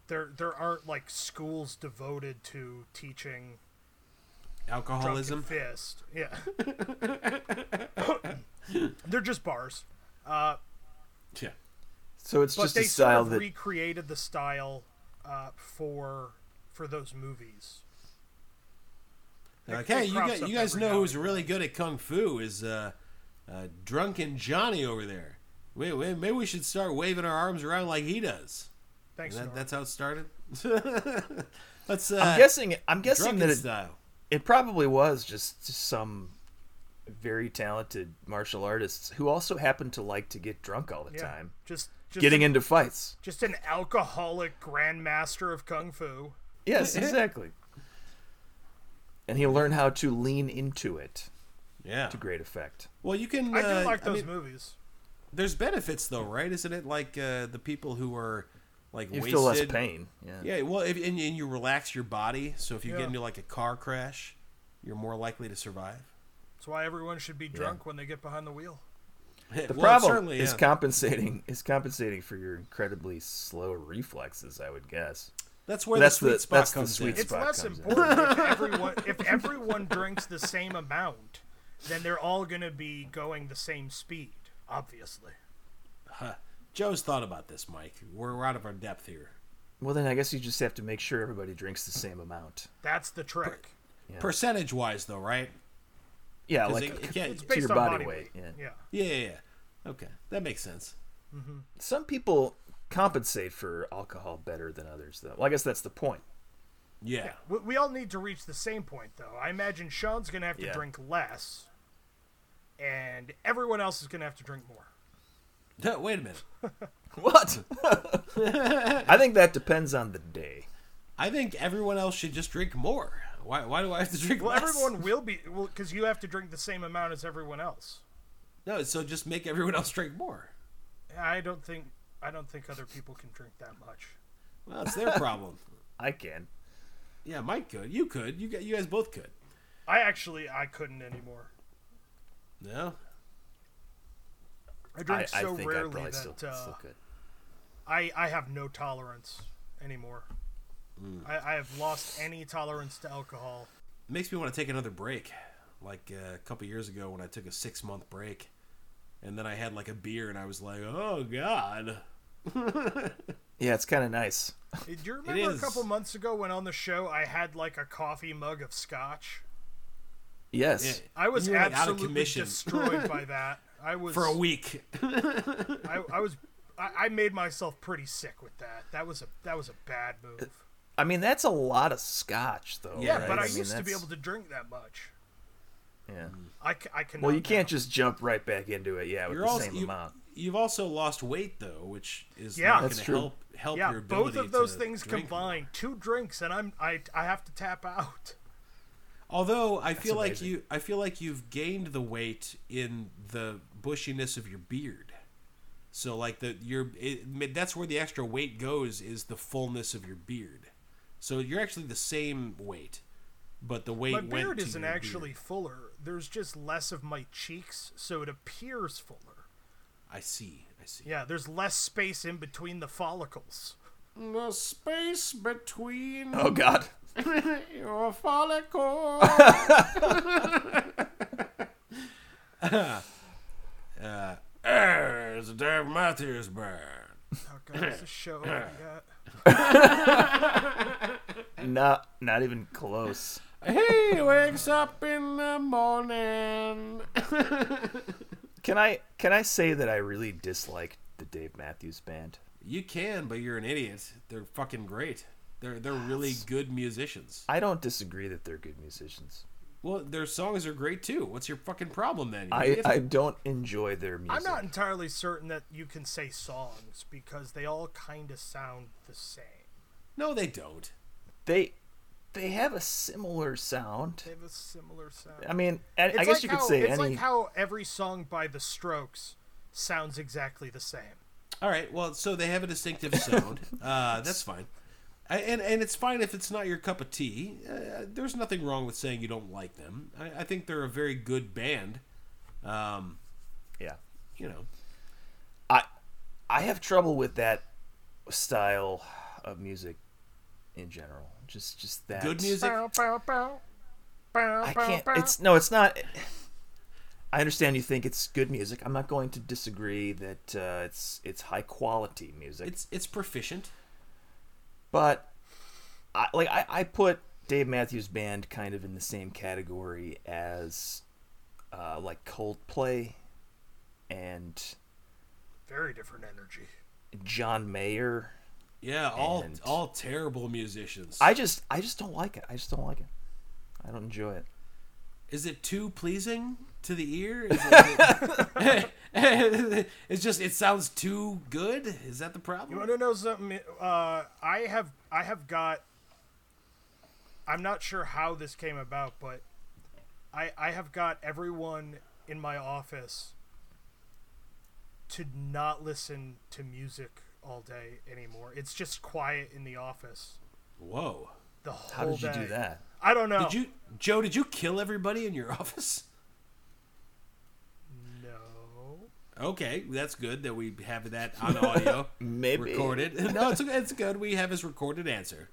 Speaker 1: there there aren't like schools devoted to teaching
Speaker 2: alcoholism
Speaker 1: Drunken fist. Yeah. They're just bars.
Speaker 2: yeah
Speaker 3: So it's
Speaker 1: But
Speaker 3: just
Speaker 1: they
Speaker 3: a style
Speaker 1: sort of
Speaker 3: that
Speaker 1: recreated the style uh, for for those movies.
Speaker 2: Like, hey,
Speaker 1: it
Speaker 2: you,
Speaker 1: crops
Speaker 2: guys,
Speaker 1: up
Speaker 2: you guys
Speaker 1: every
Speaker 2: know
Speaker 1: now
Speaker 2: who's
Speaker 1: and
Speaker 2: really good at kung fu is uh, uh, Drunken Johnny over there. Wait, wait, maybe we should start waving our arms around like he does.
Speaker 1: Thanks.
Speaker 2: That,
Speaker 1: Norm.
Speaker 2: that's how it started. Let's. Uh,
Speaker 3: I'm guessing I'm guessing
Speaker 2: drunken
Speaker 3: that it,
Speaker 2: style.
Speaker 3: it probably was just some very talented martial artists who also happened to like to get drunk all the
Speaker 1: Yeah.
Speaker 3: time,
Speaker 1: Just, just
Speaker 3: getting
Speaker 1: an,
Speaker 3: into fights.
Speaker 1: just an alcoholic grandmaster of kung fu.
Speaker 3: Yes, exactly. And he learned how to lean into it
Speaker 2: Yeah.
Speaker 3: to great effect.
Speaker 2: Well, you can. Uh,
Speaker 1: I do like those
Speaker 2: mean,
Speaker 1: movies.
Speaker 2: there's benefits though, right? Isn't it like uh, the people who are like
Speaker 3: You
Speaker 2: wasted?
Speaker 3: feel less pain. Yeah.
Speaker 2: Yeah. Well, if, and, and you relax your body, so if you
Speaker 1: Yeah.
Speaker 2: get into like a car crash, you're more likely to survive.
Speaker 1: That's why everyone should be drunk when they get behind the wheel.
Speaker 3: The
Speaker 2: Well,
Speaker 3: problem
Speaker 2: certainly,
Speaker 3: is
Speaker 2: yeah.
Speaker 3: compensating is compensating for your incredibly slow reflexes, I would guess.
Speaker 2: that's where
Speaker 3: that's
Speaker 2: the sweet
Speaker 3: the-
Speaker 2: spot
Speaker 3: that's the
Speaker 2: comes
Speaker 3: sweet
Speaker 2: in.
Speaker 3: spot.
Speaker 1: It's less
Speaker 3: comes out.
Speaker 1: important if everyone if everyone drinks the same amount, then they're all gonna be going the same speed. Obviously,
Speaker 2: Joe's thought about this, Mike. We're, we're out of our depth here.
Speaker 3: Well, then I guess you just have to make sure everybody drinks the same amount.
Speaker 1: that's the trick.
Speaker 2: Percentage wise, though, right?
Speaker 3: Yeah,
Speaker 2: 'Cause
Speaker 3: like
Speaker 2: it- it can't-
Speaker 1: It's
Speaker 3: to
Speaker 1: based
Speaker 3: your
Speaker 1: on
Speaker 3: body
Speaker 1: body
Speaker 3: weight,
Speaker 1: weight.
Speaker 3: yeah.
Speaker 2: Yeah, yeah, yeah. Okay, that makes sense.
Speaker 3: some people compensate for alcohol better than others, though. Well, I guess that's the point.
Speaker 2: Yeah.
Speaker 1: We, we all need to reach the same point, though. I imagine Sean's going to have to
Speaker 3: Yeah.
Speaker 1: drink less, and everyone else is going to have to drink more.
Speaker 2: No, wait a minute.
Speaker 3: What? I think that depends on the day.
Speaker 2: I think everyone else should just drink more. Why? Why do I have to drink
Speaker 1: Well,
Speaker 2: less?
Speaker 1: everyone will be, because you have to drink the same amount as everyone else.
Speaker 2: No, so just make everyone else drink more.
Speaker 1: I don't think, I don't think other people can drink that much.
Speaker 2: Well, it's their problem.
Speaker 3: I can.
Speaker 2: Yeah, Mike could. You could. You gu- you guys both could.
Speaker 1: I actually, I couldn't anymore.
Speaker 2: No.
Speaker 1: I
Speaker 3: I,
Speaker 1: drink
Speaker 3: I
Speaker 1: so
Speaker 3: think I
Speaker 1: rarely
Speaker 3: probably
Speaker 1: that
Speaker 3: still,
Speaker 1: uh,
Speaker 3: still could.
Speaker 1: I, I have no tolerance anymore. I, I have lost any tolerance to alcohol.
Speaker 2: It makes me want to take another break. Like uh, a couple years ago when I took a six month break, and then I had like a beer, and I was like, oh god.
Speaker 3: Yeah, it's kind of nice.
Speaker 1: Uh, Do you remember a
Speaker 2: is.
Speaker 1: couple months ago when on the show I had like a coffee mug of scotch?
Speaker 3: Yes.
Speaker 1: I was
Speaker 2: You were, like, out of
Speaker 1: absolutely
Speaker 2: commission.
Speaker 1: destroyed by that. I was
Speaker 2: for a week.
Speaker 1: I, I was I, I made myself pretty sick with that. That was a that was a bad move.
Speaker 3: I mean, that's a lot of scotch, though.
Speaker 2: Yeah,
Speaker 1: But
Speaker 3: right?
Speaker 1: I,
Speaker 3: mean,
Speaker 1: used to be
Speaker 3: that's-
Speaker 1: able to drink that much.
Speaker 3: Yeah.
Speaker 1: I, c- I cannot.
Speaker 3: Well, you
Speaker 1: now.
Speaker 3: can't just jump right back into it. Yeah, with
Speaker 2: You're
Speaker 3: the
Speaker 2: also-
Speaker 3: same
Speaker 2: you-
Speaker 3: amount.
Speaker 2: You've also lost weight though, which is
Speaker 1: Yeah.
Speaker 2: not
Speaker 1: That's
Speaker 2: going to
Speaker 3: true.
Speaker 2: help help
Speaker 1: Yeah,
Speaker 2: your ability.
Speaker 1: both of those
Speaker 2: to
Speaker 1: things
Speaker 2: drink more.
Speaker 1: combined, two drinks, and I'm I I have to tap out.
Speaker 2: Although I feel like
Speaker 3: amazing.
Speaker 2: you, I feel like you've gained the weight in the bushiness of your beard. So like the your it, that's where the extra weight goes is the fullness of your beard. So you're actually the same weight, but the weight
Speaker 1: My
Speaker 2: went
Speaker 1: beard
Speaker 2: to
Speaker 1: isn't
Speaker 2: your
Speaker 1: actually
Speaker 2: beard.
Speaker 1: fuller. There's just less of my cheeks, so it appears fuller.
Speaker 2: I see. I see.
Speaker 1: Yeah, there's less space in between the follicles.
Speaker 2: The space between
Speaker 3: Oh God.
Speaker 2: your follicle. uh, it's a Dave Matthews Band.
Speaker 1: Oh god, is the show over yet?
Speaker 3: Not not even close.
Speaker 2: He wakes up in the morning.
Speaker 3: Can I can I say that I really dislike the Dave Matthews Band?
Speaker 2: You can, but you're an idiot. They're fucking great. They're they're really good musicians.
Speaker 3: I don't disagree that they're good musicians.
Speaker 2: Well, their songs are great too. What's your fucking problem then? you
Speaker 3: I,
Speaker 2: idiot?
Speaker 3: I don't enjoy their music.
Speaker 1: I'm not entirely certain that you can say songs because they all kind of sound the same.
Speaker 2: No, they don't.
Speaker 3: They they have a similar sound.
Speaker 1: They have a similar sound.
Speaker 3: I mean, I, I
Speaker 1: It's
Speaker 3: guess
Speaker 1: like
Speaker 3: you could
Speaker 1: how-
Speaker 3: say
Speaker 1: it's
Speaker 3: any.
Speaker 1: like how every song by The Strokes sounds exactly the same.
Speaker 2: All right. Well, so they have a distinctive sound. uh, that's fine. I, and and it's fine if it's not your cup of tea. Uh, there's nothing wrong with saying you don't like them. I, I think they're a very good band. Um,
Speaker 3: yeah,
Speaker 2: you know.
Speaker 3: I I have trouble with that style of music in general. Just just that
Speaker 2: Good music.
Speaker 3: I can't. It's no, it's not. I understand you think it's good music. I'm not going to disagree that uh, it's it's high quality music,
Speaker 2: It's it's proficient.
Speaker 3: but I, like I, I put Dave Matthews Band kind of in the same category as uh, like Coldplay and
Speaker 1: Very different energy.
Speaker 3: John Mayer.
Speaker 2: Yeah. All
Speaker 3: And-
Speaker 2: all terrible musicians.
Speaker 3: I just I just don't like it. I just don't like it. I don't enjoy it.
Speaker 2: Is it too pleasing to the ear? Is it, it's just it sounds too good. Is that the
Speaker 1: You
Speaker 2: problem?
Speaker 1: want to know something? Uh, I have I have got. I'm not sure how this came about, but I I have got everyone in my office to not listen to music all day anymore. It's just quiet in the office
Speaker 2: Whoa.
Speaker 1: the
Speaker 3: How
Speaker 1: whole
Speaker 3: did you do
Speaker 1: day.
Speaker 3: that?
Speaker 1: I don't know.
Speaker 2: Did you Joe? Did you kill everybody in your office?
Speaker 1: No.
Speaker 2: Okay, that's good that we have that on audio
Speaker 3: Maybe
Speaker 2: recorded. No, it's it's good. We have his recorded answer.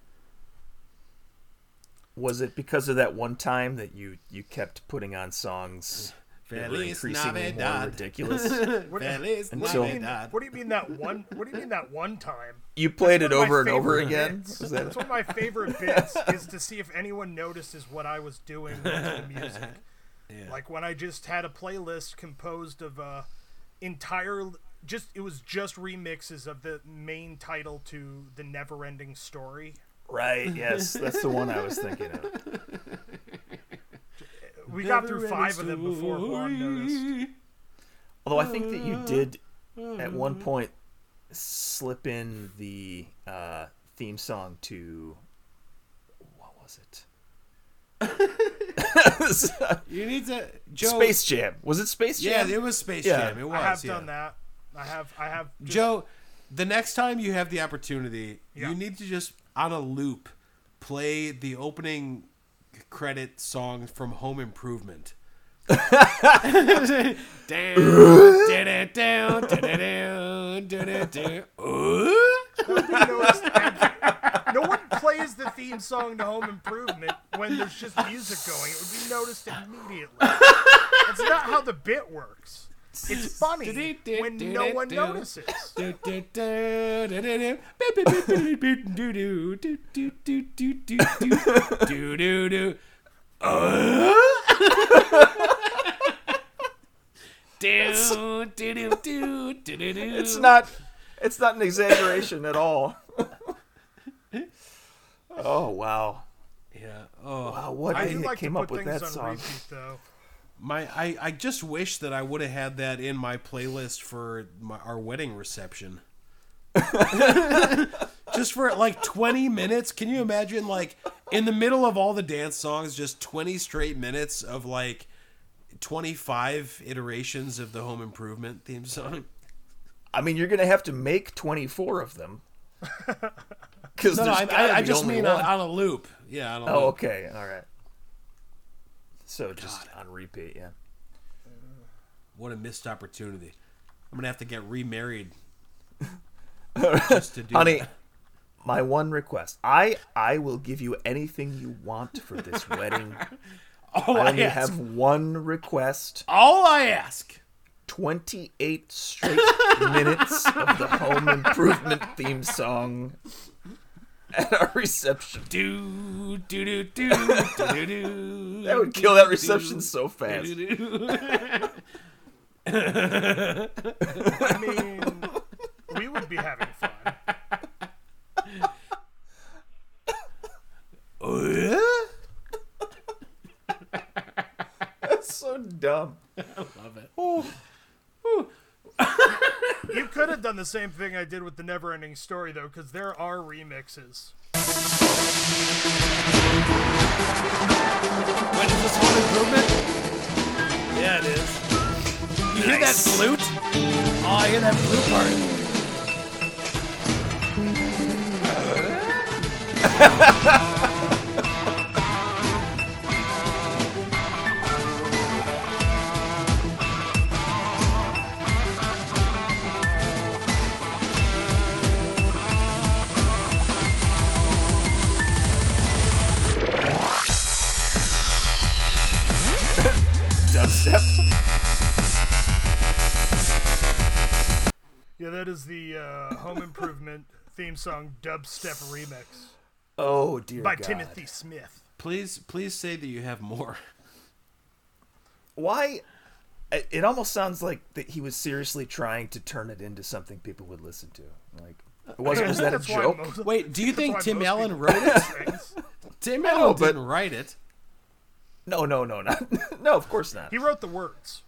Speaker 3: Was it because of that one time that you you kept putting on songs that were
Speaker 2: Feliz
Speaker 3: increasingly more
Speaker 2: Navidad.
Speaker 3: ridiculous?
Speaker 1: What,
Speaker 2: Feliz
Speaker 1: what do you mean,
Speaker 2: Navidad.
Speaker 1: what do you mean that one? What do you mean that one time?
Speaker 3: you played it
Speaker 1: one of my
Speaker 3: over and over
Speaker 1: favorite
Speaker 3: again.
Speaker 1: bits.
Speaker 3: Was that
Speaker 1: That's one of my favorite bits is to see if anyone notices what I was doing with the music. Like when I just had a playlist composed of uh, entire just it was just remixes of the main title to the never ending story.
Speaker 3: right? Yes, that's the one I was thinking of.
Speaker 1: We got through five of them before Juan noticed.
Speaker 3: Although I think that
Speaker 2: Mm-hmm.
Speaker 3: you did at one point slip in the uh, theme song to what was it?
Speaker 2: You need to Joe.
Speaker 3: Space Jam. Was it Space
Speaker 2: Yeah,
Speaker 3: Jam?
Speaker 2: it was Space
Speaker 3: Yeah.
Speaker 2: Jam. It was.
Speaker 1: I have
Speaker 2: yeah.
Speaker 1: done that. I have I have just
Speaker 2: Joe, the next time you have the opportunity,
Speaker 1: Yeah.
Speaker 2: you need to just on a loop play the opening credit song from Home Improvement. down, down, down, down, down, down. Uh?
Speaker 1: You know, it's- no one plays the theme song to Home Improvement when there's just music going. It would be noticed immediately. That's not how the bit works. It's funny when no one notices.
Speaker 2: Do, do, do, do, do, do. Beep, beep, beep, beep, beep, do, do, do, do, do, do, do, do. Do, do, do. Uh? Do, do, do, do, do, do, do.
Speaker 3: It's not. It's not an exaggeration at all. oh wow!
Speaker 2: Yeah. Oh.
Speaker 3: Wow, what
Speaker 1: I do
Speaker 3: idiot
Speaker 1: like
Speaker 3: came
Speaker 1: to
Speaker 3: up
Speaker 1: put
Speaker 3: with
Speaker 1: things
Speaker 3: that
Speaker 1: on
Speaker 3: song?
Speaker 1: repeat, though.
Speaker 2: My, I, I just wish that I would have had that in my playlist for my, our wedding reception. just for like 20 minutes. Can you imagine, like, in the middle of all the dance songs, just 20 straight minutes of like 25 iterations of the Home Improvement theme song?
Speaker 3: I mean, you're gonna have to make 24 of them. Because
Speaker 2: No, no, I, I, I just mean on,
Speaker 3: one.
Speaker 2: on a loop. Yeah, on a
Speaker 3: oh,
Speaker 2: loop.
Speaker 3: okay, all right. So just on repeat, yeah.
Speaker 2: What a missed opportunity. I'm going to have to get remarried just to do
Speaker 3: Honey,
Speaker 2: that.
Speaker 3: my one request: I I will give you anything you want for this wedding.
Speaker 2: All
Speaker 3: I
Speaker 2: I,
Speaker 3: only
Speaker 2: ask.
Speaker 3: have one request:
Speaker 2: All I ask.
Speaker 3: 28 straight minutes of the Home Improvement theme song at our reception.
Speaker 2: Do, do, do, do, do, do.
Speaker 3: That would kill that reception so fast.
Speaker 1: I mean, we would be having fun.
Speaker 2: Oh,
Speaker 3: That's so dumb.
Speaker 2: yeah? Love it.
Speaker 1: You could have done the same thing I did with the Neverending Story, though, because there are remixes.
Speaker 2: When is this home improvement? Yeah, it is. You hear that flute? Oh, I hear that flute part.
Speaker 3: Dubstep.
Speaker 1: Yeah, that is the uh, Home Improvement theme song dubstep remix
Speaker 3: Oh dear
Speaker 1: by
Speaker 3: God.
Speaker 1: Timothy Smith.
Speaker 2: Please, please say that you have more.
Speaker 3: Why? it- It almost sounds like that he was seriously trying to turn it into something people would listen to. Like, was, was that a
Speaker 1: That's why
Speaker 3: joke?
Speaker 1: most-
Speaker 2: Wait, do you think
Speaker 1: why
Speaker 2: Tim
Speaker 1: most
Speaker 2: Allen
Speaker 1: people
Speaker 2: wrote it?
Speaker 1: things.
Speaker 2: Tim
Speaker 3: No,
Speaker 2: Allen
Speaker 3: but-
Speaker 2: didn't write it.
Speaker 3: No, no, no, not no. Of course not.
Speaker 1: He wrote the words.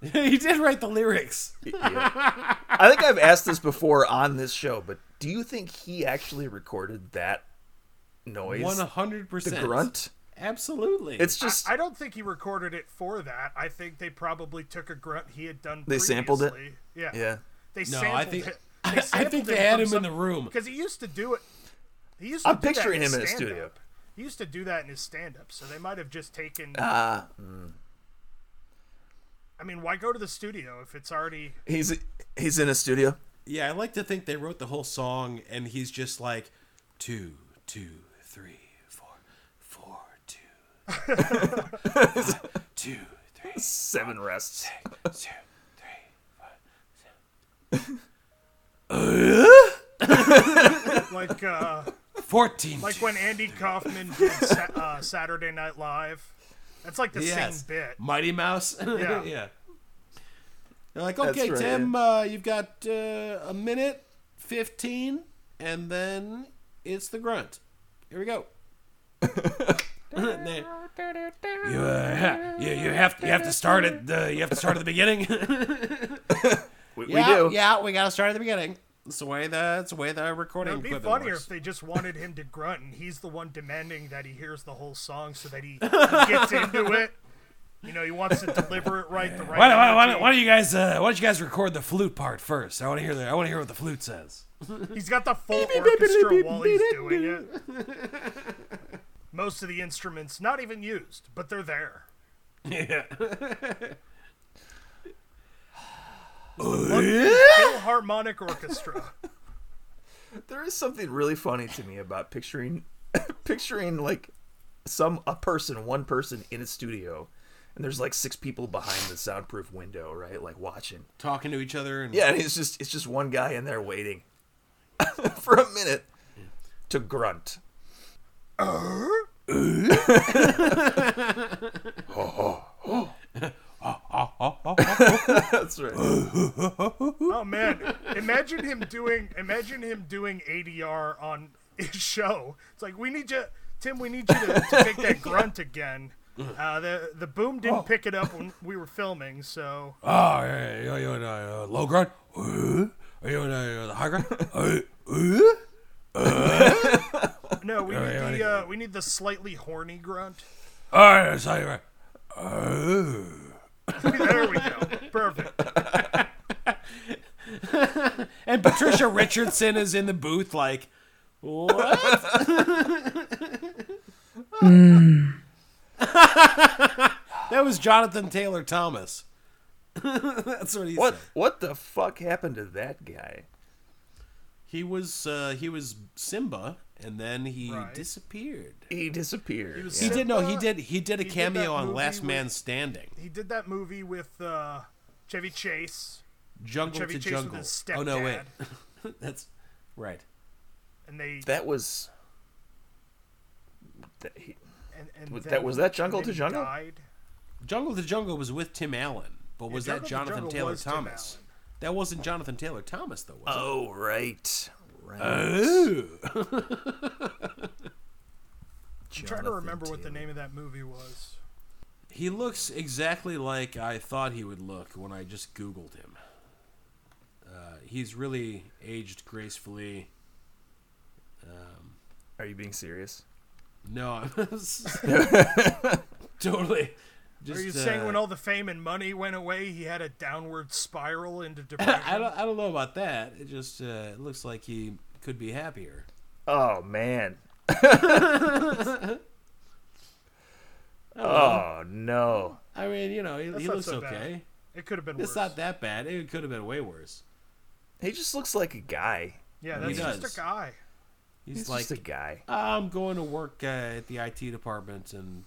Speaker 2: he did write the lyrics.
Speaker 3: Yeah. I think I've asked this before on this show, but do you think he actually recorded that noise?
Speaker 2: One hundred
Speaker 3: the
Speaker 2: percent.
Speaker 3: grunt?
Speaker 2: Absolutely.
Speaker 3: It's just
Speaker 1: I don't think he recorded it for that. I think they probably took a grunt he had done.
Speaker 3: They sampled it?
Speaker 1: previously. Yeah.
Speaker 3: yeah.
Speaker 1: They
Speaker 2: no.
Speaker 1: sampled
Speaker 2: I think.
Speaker 1: it.
Speaker 2: I think they had him in the room.
Speaker 1: because he used to do it. He used to
Speaker 3: I'm
Speaker 1: do that
Speaker 3: picturing
Speaker 1: his
Speaker 3: him in a
Speaker 1: stand-up.
Speaker 3: studio.
Speaker 1: He used to do that in his stand-up, so they might have just taken.
Speaker 3: Ah,
Speaker 1: I mean, why go to the studio if it's already?
Speaker 3: he's he's in a studio.
Speaker 2: Yeah, I like to think they wrote the whole song, and he's just like two, two, three, four, four, two, five, two, three, six,
Speaker 3: Seven rests.
Speaker 2: two, three, five,
Speaker 1: like uh,
Speaker 2: seven. Fourteen.
Speaker 1: like when Andy Kaufman did sa- uh, Saturday Night Live. That's like the
Speaker 2: yes.
Speaker 1: same bit.
Speaker 2: Mighty Mouse.
Speaker 1: Yeah.
Speaker 2: They're like, okay,
Speaker 3: right,
Speaker 2: Tim, uh, you've got uh, a minute, 15, and then it's the grunt. Here we go. They- you, uh, ha- you, you have you have to start at the you have to start at the beginning.
Speaker 3: We,
Speaker 2: yeah,
Speaker 3: we do.
Speaker 2: yeah, we gotta start at the beginning. It's the way the it's the way the recording
Speaker 1: It'd be
Speaker 2: equipment
Speaker 1: funnier
Speaker 2: works.
Speaker 1: if they just wanted him to grunt, and he's the one demanding that he hears the whole song so that he gets into it. You know, he wants to deliver it right. The right.
Speaker 2: Why, don't- why, why,
Speaker 1: energy.
Speaker 2: don't- why don't you guys uh, why don't you guys record the flute part first? I want to hear the I want to hear what the flute says.
Speaker 1: He's got the full orchestra while he's doing it. Most of the instruments not even used, but they're there.
Speaker 2: Yeah.
Speaker 1: Full harmonic orchestra.
Speaker 3: There is something really funny to me about picturing picturing like some a person, one person in a studio, and there's like six people behind the soundproof window, right? Like watching.
Speaker 2: Talking to each other and
Speaker 3: Yeah, and it's just it's just one guy in there waiting for a minute to grunt. That's right.
Speaker 1: Oh man, imagine him doing imagine him doing ADR on his show. It's like we need you, Tim. We need you to, to pick that grunt again. Uh, the the boom didn't
Speaker 3: Oh.
Speaker 1: pick it up when we were filming, so
Speaker 2: Oh, yeah, yeah, you in uh, low ground? Uh, are you in uh, the high ground? Uh, uh?
Speaker 1: no, we
Speaker 2: yeah,
Speaker 1: need the
Speaker 2: yeah.
Speaker 1: uh, we need the slightly horny grunt.
Speaker 2: All right, it's all right. Uh.
Speaker 1: There we go, perfect.
Speaker 2: and Patricia Richardson is in the booth, like, what?
Speaker 3: Hmm.
Speaker 2: that was Jonathan Taylor Thomas. That's what he
Speaker 3: What
Speaker 2: said.
Speaker 3: what the fuck happened to that guy?
Speaker 2: He was uh, he was Simba, and then he
Speaker 1: Right.
Speaker 2: disappeared.
Speaker 3: He disappeared.
Speaker 1: was
Speaker 2: He
Speaker 3: yeah.
Speaker 1: sick.
Speaker 2: did no, he did he did a
Speaker 1: did that
Speaker 2: cameo on
Speaker 1: movie
Speaker 2: Last
Speaker 1: with-
Speaker 2: Man Standing,
Speaker 1: He did that movie with uh, Chevy Chase,
Speaker 2: Jungle
Speaker 1: Chevy
Speaker 2: to
Speaker 1: Chase with
Speaker 2: Jungle.
Speaker 1: his
Speaker 2: Oh no, wait,
Speaker 1: stepdad.
Speaker 2: that's right.
Speaker 1: and they
Speaker 3: That was. That, he,
Speaker 1: and, and
Speaker 3: Was
Speaker 1: then-
Speaker 3: that- was that Jungle
Speaker 1: and then
Speaker 3: to Jungle?
Speaker 1: he Died.
Speaker 2: Jungle to Jungle was with Tim Allen, but was
Speaker 1: Yeah,
Speaker 2: that
Speaker 1: Jungle to
Speaker 2: Jonathan
Speaker 1: Jungle
Speaker 2: Taylor
Speaker 1: was Tim
Speaker 2: Thomas?
Speaker 1: Allen.
Speaker 2: That wasn't Jonathan Taylor Thomas, though, was
Speaker 3: oh right.
Speaker 2: it? Oh.
Speaker 1: I'm trying to remember what the name of that movie was.
Speaker 2: He looks exactly like I thought he would look when I just Googled him. Uh, he's really aged gracefully.
Speaker 3: Are you being serious?
Speaker 2: No, I'm totally. Just,
Speaker 1: Are you saying
Speaker 2: uh,
Speaker 1: when all the fame and money went away, he had a downward spiral into
Speaker 2: I
Speaker 1: depression?
Speaker 2: don't, I don't know about that. It just uh, it looks like he could be happier.
Speaker 3: Oh man. oh no.
Speaker 2: I mean, you know, he, he
Speaker 1: not
Speaker 2: looks
Speaker 1: so bad.
Speaker 2: okay.
Speaker 1: it could have been
Speaker 2: It's
Speaker 1: worse.
Speaker 2: not that bad. It could have been way worse.
Speaker 3: He just looks like a guy.
Speaker 1: yeah,
Speaker 2: He
Speaker 1: that's just
Speaker 2: does.
Speaker 1: a guy.
Speaker 2: He's,
Speaker 3: He's,
Speaker 2: like,
Speaker 3: just a guy.
Speaker 2: I'm going to work uh, at the IT department and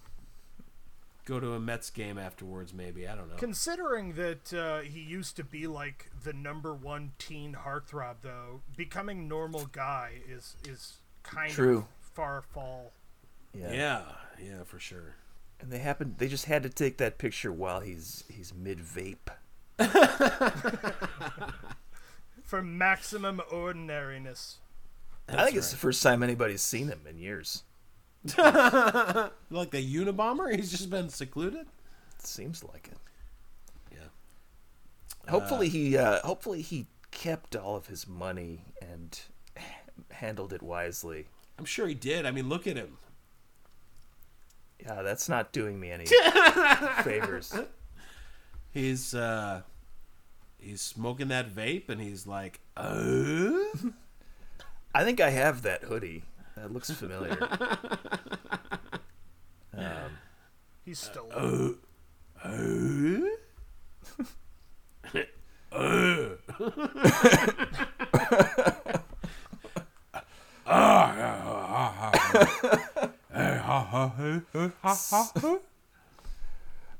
Speaker 2: go to a Mets game afterwards. Maybe I don't know.
Speaker 1: Considering that uh, he used to be like the number one teen heartthrob, though, becoming normal guy is is kind
Speaker 3: True.
Speaker 1: of far fall.
Speaker 3: Yeah.
Speaker 2: yeah, yeah, for sure.
Speaker 3: And they happened. They just had to take that picture while he's he's mid vape.
Speaker 1: for maximum ordinariness.
Speaker 3: I think it's the first time anybody's seen him in years.
Speaker 2: Like the Unabomber, he's just been secluded.
Speaker 3: Seems like it.
Speaker 2: Yeah.
Speaker 3: Hopefully he uh, hopefully he kept all of his money and handled it wisely.
Speaker 2: I'm sure he did. I mean, look at him.
Speaker 3: Yeah, that's not doing me any favors.
Speaker 2: He's uh he's smoking that vape and he's like,
Speaker 1: Uh?
Speaker 2: "Oh."
Speaker 3: I think I have that hoodie. That looks familiar.
Speaker 1: He's
Speaker 2: Uh,
Speaker 1: still
Speaker 2: oh,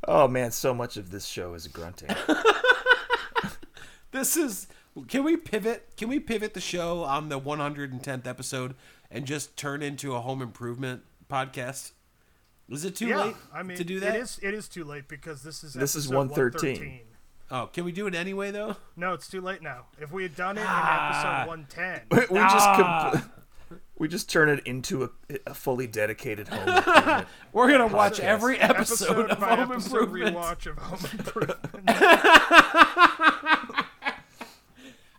Speaker 3: oh man, so much of this show is grunting.
Speaker 2: This is can we pivot? Can we pivot the show on the 110th episode and just turn into a home improvement podcast? Is it too
Speaker 1: yeah.
Speaker 2: late
Speaker 1: I mean,
Speaker 2: to do that?
Speaker 1: it is it is too late because this is
Speaker 3: This is
Speaker 1: episode
Speaker 3: 113.
Speaker 2: Oh, can we do it anyway though?
Speaker 1: No, it's too late now. If we had done it in
Speaker 2: Ah.
Speaker 1: episode 110,
Speaker 3: we just
Speaker 1: Ah.
Speaker 3: compl- we just turn it into a, a fully dedicated home. improvement.
Speaker 2: We're gonna watch
Speaker 3: Podcast.
Speaker 2: every
Speaker 1: episode
Speaker 2: episode, of
Speaker 1: by
Speaker 2: Home
Speaker 1: episode
Speaker 2: Improvement.
Speaker 1: rewatch of Home Improvement.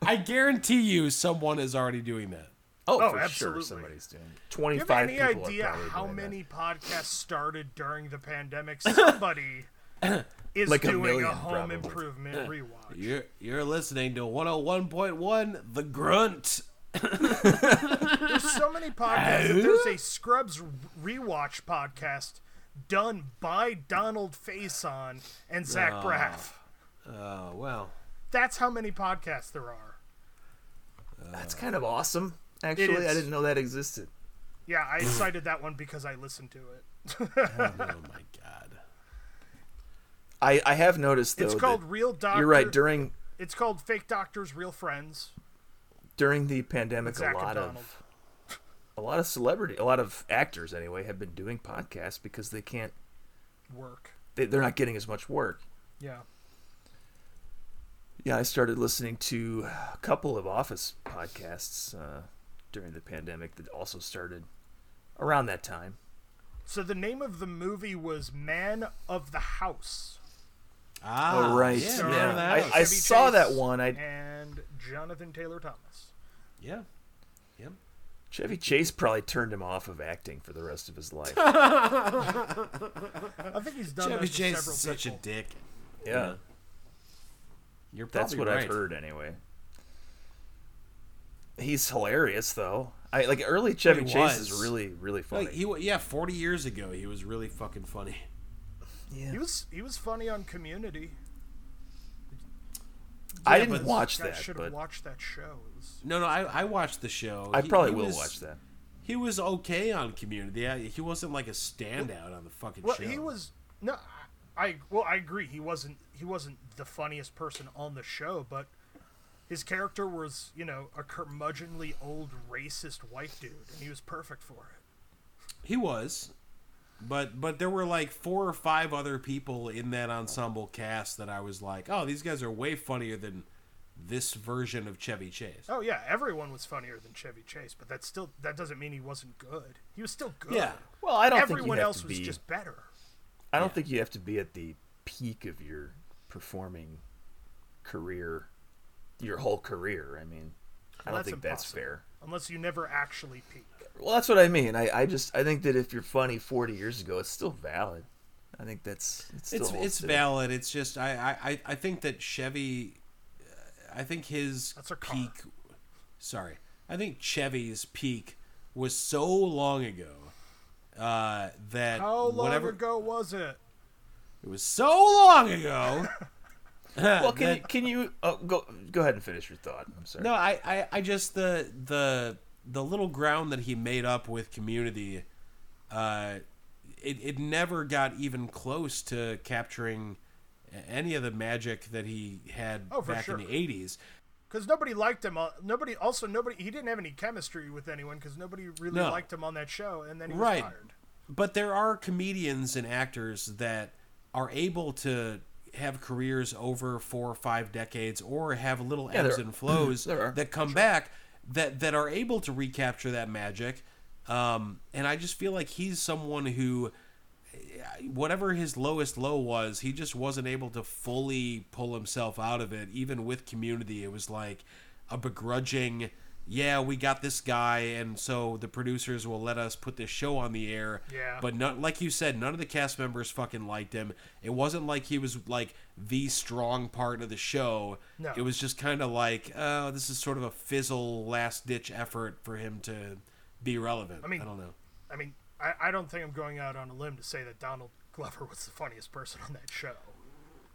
Speaker 2: I guarantee you, someone is already doing that.
Speaker 3: oh,
Speaker 1: Oh,
Speaker 3: for
Speaker 1: absolutely.
Speaker 3: sure somebody's doing.
Speaker 1: Do you
Speaker 3: it.
Speaker 1: have
Speaker 3: Twenty-five
Speaker 1: any
Speaker 3: people
Speaker 1: idea
Speaker 3: are probably
Speaker 1: how
Speaker 3: doing that.
Speaker 1: many podcasts started during the pandemic? Somebody is
Speaker 3: Like a
Speaker 1: doing a,
Speaker 3: million,
Speaker 1: home
Speaker 3: probably.
Speaker 1: improvement rewatch.
Speaker 2: You're you're listening to 101.1 The Grunt.
Speaker 1: There's so many podcasts. that There's a Scrubs rewatch podcast done by Donald Faison and Zach Braff.
Speaker 2: Oh well.
Speaker 1: That's how many podcasts there are.
Speaker 3: That's kind of awesome. Actually, I
Speaker 1: is.
Speaker 3: didn't know that existed.
Speaker 1: Yeah, I cited that one because I listened to it.
Speaker 2: Oh my god.
Speaker 3: I, I have noticed though.
Speaker 1: It's
Speaker 3: that-
Speaker 1: called Real Doctor.
Speaker 3: You're right. During
Speaker 1: it's called Fake Doctors, Real Friends.
Speaker 3: during the pandemic, a
Speaker 1: Zach and
Speaker 3: lot
Speaker 1: Donald.
Speaker 3: of a lot of celebrity, a lot of actors anyway, have been doing podcasts because they can't.
Speaker 1: Work.
Speaker 3: They, they're not getting as much work.
Speaker 1: Yeah.
Speaker 3: Yeah, I started listening to a couple of office podcasts uh, during the pandemic that also started around that time.
Speaker 1: So the name of the movie was Man of the House.
Speaker 2: Ah, Yeah,
Speaker 3: Yeah,
Speaker 1: remember that?
Speaker 2: I,
Speaker 3: I, I
Speaker 1: Chevy
Speaker 3: saw that
Speaker 1: Chase
Speaker 3: one. I
Speaker 1: And Jonathan Taylor Thomas.
Speaker 2: yeah. Yep.
Speaker 3: Chevy Chase probably turned him off of acting for the rest of his life.
Speaker 1: I think he's done that to several
Speaker 2: Chevy Chase is such a
Speaker 1: people.
Speaker 2: dick.
Speaker 3: yeah.
Speaker 2: You're probably
Speaker 3: That's what
Speaker 2: right.
Speaker 3: I've heard anyway. He's hilarious though. I like early Chevy
Speaker 2: He
Speaker 3: Chase is
Speaker 2: was.
Speaker 3: really really funny.
Speaker 2: Like he, wa- yeah, forty years ago, he was really fucking funny.
Speaker 3: yeah.
Speaker 1: He was he was funny on Community.
Speaker 3: I
Speaker 2: yeah,
Speaker 3: didn't
Speaker 2: but-
Speaker 3: watch
Speaker 1: Guys
Speaker 3: that,
Speaker 1: should have
Speaker 3: but
Speaker 1: watched that show. It was
Speaker 2: No, no, I, I watched the show.
Speaker 3: I
Speaker 2: He-
Speaker 3: probably
Speaker 2: he
Speaker 3: will
Speaker 2: was-
Speaker 3: watch that.
Speaker 2: He was okay on Community. Yeah, he wasn't like a standout on the fucking
Speaker 1: well,
Speaker 2: show.
Speaker 1: he was no. I I- well, I agree. He wasn't he wasn't the funniest person on the show, but his character was you know a curmudgeonly old racist white dude, and he was perfect for it.
Speaker 2: He was, but but there were like four or five other people in that ensemble cast that I was like, oh, these guys are way funnier than this version of Chevy Chase.
Speaker 1: Oh yeah, everyone was funnier than Chevy Chase, but that still that doesn't mean he wasn't good. He was still good.
Speaker 2: Yeah.
Speaker 3: Well, I don't think you
Speaker 1: everyone
Speaker 3: have
Speaker 1: else
Speaker 3: to
Speaker 1: was
Speaker 3: be-
Speaker 1: just better.
Speaker 3: I don't think you have to be at the peak of your performing career, your whole career. I mean, I
Speaker 1: Well,
Speaker 3: don't
Speaker 1: that's
Speaker 3: think that's
Speaker 1: impossible.
Speaker 3: fair.
Speaker 1: Unless you never actually peak.
Speaker 3: Well, that's what I mean. I, I just I think that if you're funny 40 years ago, it's still valid. I think that's it's still
Speaker 2: It's
Speaker 3: holds
Speaker 2: it's
Speaker 3: today.
Speaker 2: valid. It's just I I- I I think that Chevy, uh, I think his
Speaker 1: That's our car.
Speaker 2: peak. Sorry, I think Chevy's peak was so long ago uh, that
Speaker 1: How long
Speaker 2: whatever
Speaker 1: ago was it?
Speaker 2: it was so long ago.
Speaker 3: Well, can you can you oh, go go ahead and finish your thought? I'm sorry.
Speaker 2: No, I, I, I just the the the little ground that he made up with community, uh, it it never got even close to capturing a- any of the magic that he had
Speaker 1: Oh, for
Speaker 2: back
Speaker 1: sure.
Speaker 2: in the eighties.
Speaker 1: Because nobody liked him. on- Nobody. Also, nobody. He didn't have any chemistry with anyone because nobody really
Speaker 2: No.
Speaker 1: liked him on that show. And then he
Speaker 2: Right.
Speaker 1: was fired.
Speaker 2: But there are comedians and actors that are able to have careers over four or five decades or have little ebbs
Speaker 3: there-
Speaker 2: and flows
Speaker 3: there are.
Speaker 2: that come back that that are able to recapture that magic. Um, and I just feel like he's someone who whatever his lowest low was, he just wasn't able to fully pull himself out of it. Even with community, it was like a begrudging, yeah, we got this guy, and so the producers will let us put this show on the air.
Speaker 1: Yeah.
Speaker 2: But not like you said, none of the cast members fucking liked him. It wasn't like he was like the strong part of the show.
Speaker 1: No.
Speaker 2: It was just kind of like, oh, this is sort of a fizzle, last ditch effort for him to be relevant. I
Speaker 1: mean-
Speaker 2: I don't know.
Speaker 1: I mean, I, I don't think I'm going out on a limb to say that Donald Glover was the funniest person on that show.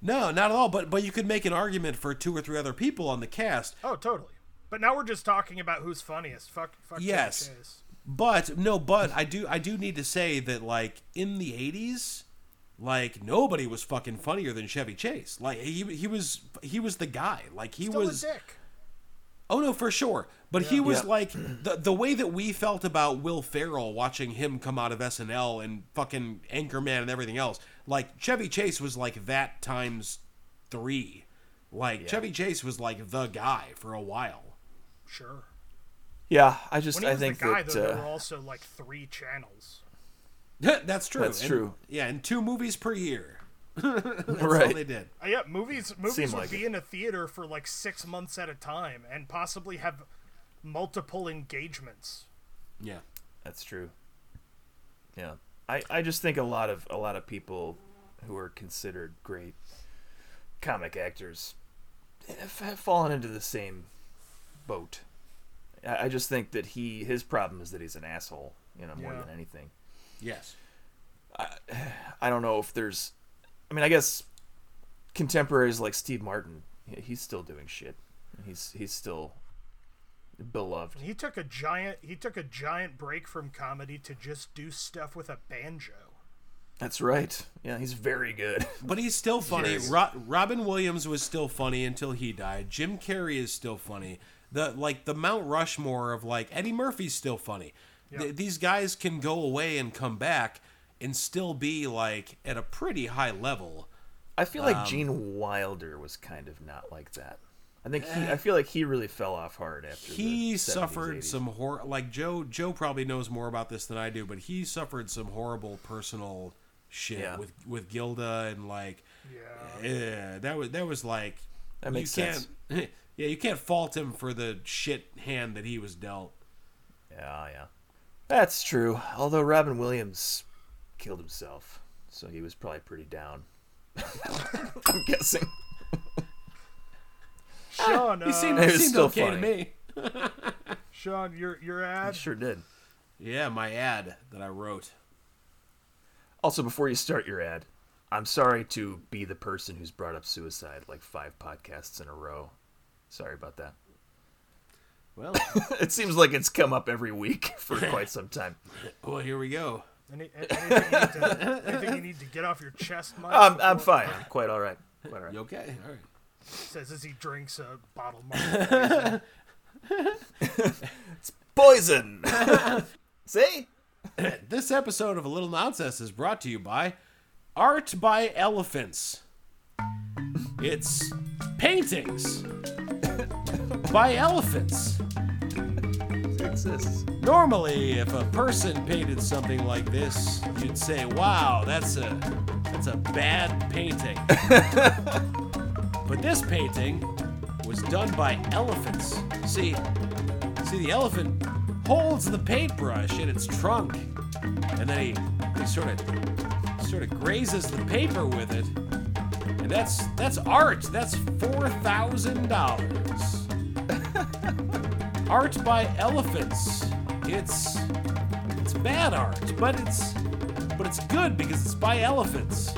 Speaker 2: No, not at all. But but you could make an argument for two or three other people on the cast.
Speaker 1: Oh, totally. But now we're just talking about who's funniest. Fuck. Fuck. Chevy
Speaker 2: Yes.
Speaker 1: Chase.
Speaker 2: But no, but I do I do need to say that like in the eighties, like nobody was fucking funnier than Chevy Chase. Like he he was he was the guy. Like he
Speaker 1: Still
Speaker 2: was
Speaker 1: a dick.
Speaker 2: Oh no, for sure. But he was
Speaker 3: Yeah.
Speaker 2: like the the way that we felt about Will Ferrell watching him come out of SNL and fucking Anchorman and everything else. Like Chevy Chase was like that times three. Like Chevy Chase was like the guy for a while.
Speaker 1: Sure.
Speaker 3: Yeah, I just
Speaker 1: When he
Speaker 3: I
Speaker 1: was
Speaker 3: think
Speaker 1: the guy,
Speaker 3: that
Speaker 1: though, there
Speaker 3: uh,
Speaker 1: were also like three channels.
Speaker 2: That's true.
Speaker 3: That's
Speaker 2: And-
Speaker 3: true.
Speaker 2: Yeah, and two movies per year. That's all
Speaker 3: Right.
Speaker 2: they did.
Speaker 1: Uh, yeah, movies movies
Speaker 3: Seemed
Speaker 1: would
Speaker 3: like
Speaker 1: be
Speaker 3: it.
Speaker 1: in a theater for like six months at a time, and possibly have multiple engagements.
Speaker 2: Yeah.
Speaker 3: That's true. Yeah. I, I just think a lot of a lot of people who are considered great comic actors have, have fallen into the same boat. I, I just think that he his problem is that he's an asshole, you know, more
Speaker 1: Yeah.
Speaker 3: than anything.
Speaker 2: Yes.
Speaker 3: I don't know if there's I mean, I guess contemporaries like Steve Martin, he- he's still doing shit. He's he's still beloved.
Speaker 1: He took a giant he took a giant break from comedy to just do stuff with a banjo.
Speaker 3: That's right. Yeah, he's very good.
Speaker 2: But he's still funny.
Speaker 3: Yes.
Speaker 2: Ro- Robin Williams was still funny until he died. Jim Carrey is still funny. The like the Mount Rushmore of like Eddie Murphy's still funny. Th- these guys can go away and come back and still be like at a pretty high level.
Speaker 3: I feel
Speaker 2: Um,
Speaker 3: like Gene Wilder was kind of not like that. I think he, I feel like he really fell off hard after.
Speaker 2: eh, he
Speaker 3: the 70s,
Speaker 2: suffered
Speaker 3: 80s.
Speaker 2: some hor like joe joe probably knows more about this than i do but he suffered some horrible personal shit
Speaker 3: Yeah.
Speaker 2: with with gilda and like
Speaker 1: Yeah.
Speaker 2: yeah that was that was like
Speaker 3: That makes
Speaker 2: you can't yeah you can't fault him for the shit hand that he was dealt
Speaker 3: Yeah, yeah, that's true. Although Robin Williams killed himself, so he was probably pretty down. I'm guessing.
Speaker 1: Sean, uh,
Speaker 2: he seemed,
Speaker 3: it
Speaker 2: he
Speaker 3: was
Speaker 2: seemed
Speaker 3: still
Speaker 2: okay
Speaker 3: funny.
Speaker 2: to me
Speaker 1: Sean, your your
Speaker 3: I
Speaker 1: ad.
Speaker 3: sure did.
Speaker 2: Yeah, my ad that I wrote.
Speaker 3: Also, before you start your ad, I'm sorry to be the person who's brought up suicide like five podcasts in a row. Sorry about that.
Speaker 2: Well,
Speaker 3: It seems like it's come up every week for quite some time.
Speaker 2: well, here we go.
Speaker 1: Any, anything, you need to, anything you need to get off your chest, Mike?
Speaker 3: I'm, Um, I'm fine. I'm quite all right. Quite all right.
Speaker 2: You okay? All right.
Speaker 1: says as he drinks a bottle. Mark.
Speaker 3: Poison. See?
Speaker 2: This episode of A Little Nonsense is brought to you by Art by Elephants. It's paintings by elephants.
Speaker 3: It exists.
Speaker 2: Normally, if a person painted something like this, you'd say, "Wow, that's a that's a bad painting." but this painting was done by elephants. See, see the elephant holds the paintbrush in its trunk, and then he, he sort of sort of grazes the paper with it. And that's that's art. That's four thousand dollars. Art by elephants. It's it's bad art, but it's but it's good because it's by elephants.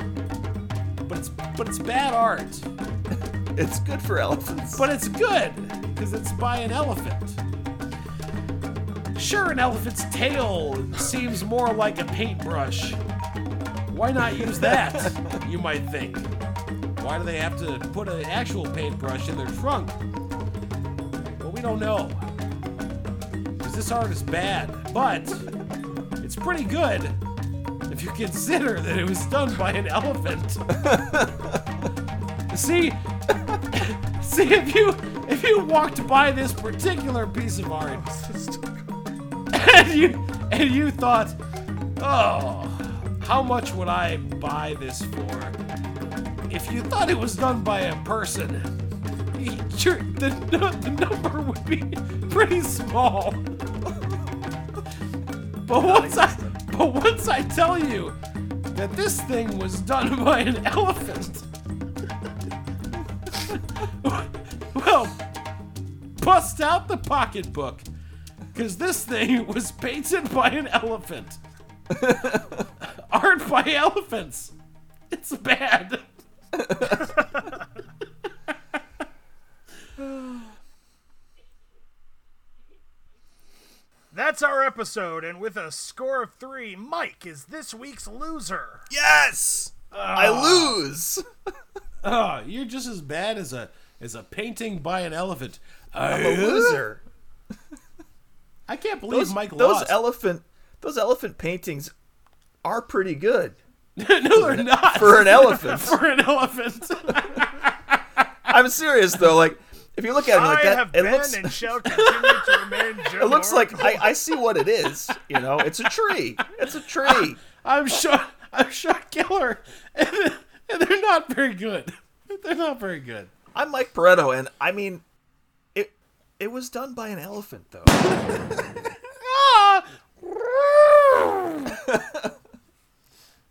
Speaker 2: But it's but it's bad art.
Speaker 3: It's good for elephants.
Speaker 2: But it's good because it's by an elephant. Sure, an elephant's tail seems more like a paintbrush. Why not use that? You might think. Why do they have to put an actual paintbrush in their trunk? Well, we don't know. Because this art is bad, but it's pretty good if you consider that it was done by an elephant. See, See if you if you walked by this particular piece of art and you and you thought, oh, how much would I buy this for? If you thought it was done by a person, your, the, nu- the number would be pretty small. But once I but once I tell you that this thing was done by an elephant. Well, bust out the pocketbook, because this thing was painted by an elephant. Art by elephants. It's bad.
Speaker 1: That's our episode, and with a score of three, Mike is this week's loser.
Speaker 3: yes! I lose!
Speaker 2: Oh, you're just as bad as a as a painting by an elephant.
Speaker 3: I'm a loser.
Speaker 2: I can't believe
Speaker 3: Those,
Speaker 2: Mike
Speaker 3: those
Speaker 2: lost.
Speaker 3: elephant those elephant paintings are pretty good
Speaker 2: no, they're not
Speaker 3: for an elephant.
Speaker 2: for an elephant.
Speaker 3: I'm serious though. Like if you look at it like
Speaker 1: I
Speaker 3: that,
Speaker 1: have
Speaker 3: it
Speaker 1: been
Speaker 3: looks
Speaker 1: and shall continue to remain. Joe
Speaker 3: it looks like I, I see what it is. You know, it's a tree. It's a tree.
Speaker 2: I'm sure. I'm sure killer, and they're not very good. They're not very good.
Speaker 3: I'm Mike Pareto, and I mean, it it was done by an elephant though.
Speaker 2: Ah!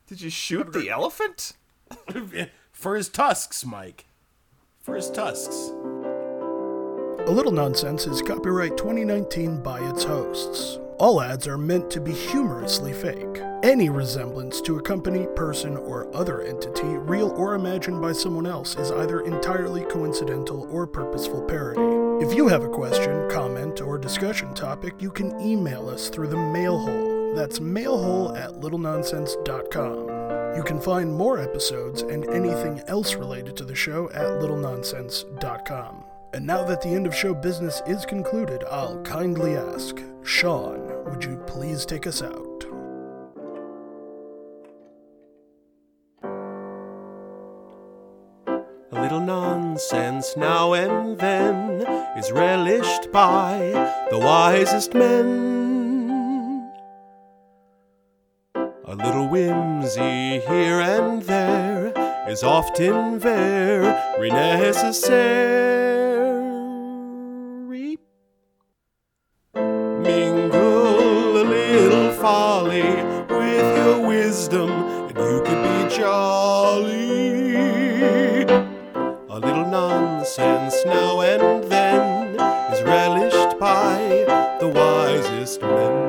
Speaker 3: Did you shoot the elephant?
Speaker 2: For his tusks, Mike. For his tusks.
Speaker 1: A Little Nonsense is copyright 2019 by its hosts. All ads are meant to be humorously fake. Any resemblance to a company, person, or other entity, real or imagined by someone else, is either entirely coincidental or purposeful parody. If you have a question, comment, or discussion topic, you can email us through the mail hole. That's mailhole at littlenonsense.com. You can find more episodes and anything else related to the show at littlenonsense.com. And now that the end of show business is concluded, I'll kindly ask Sean, would you please take us out?
Speaker 5: A little nonsense now and then is relished by the wisest men. A little whimsy here and there is often very necessary. Mingle a little folly with your wisdom, and you could be jolly. A little nonsense now and then is relished by
Speaker 2: the wisest men.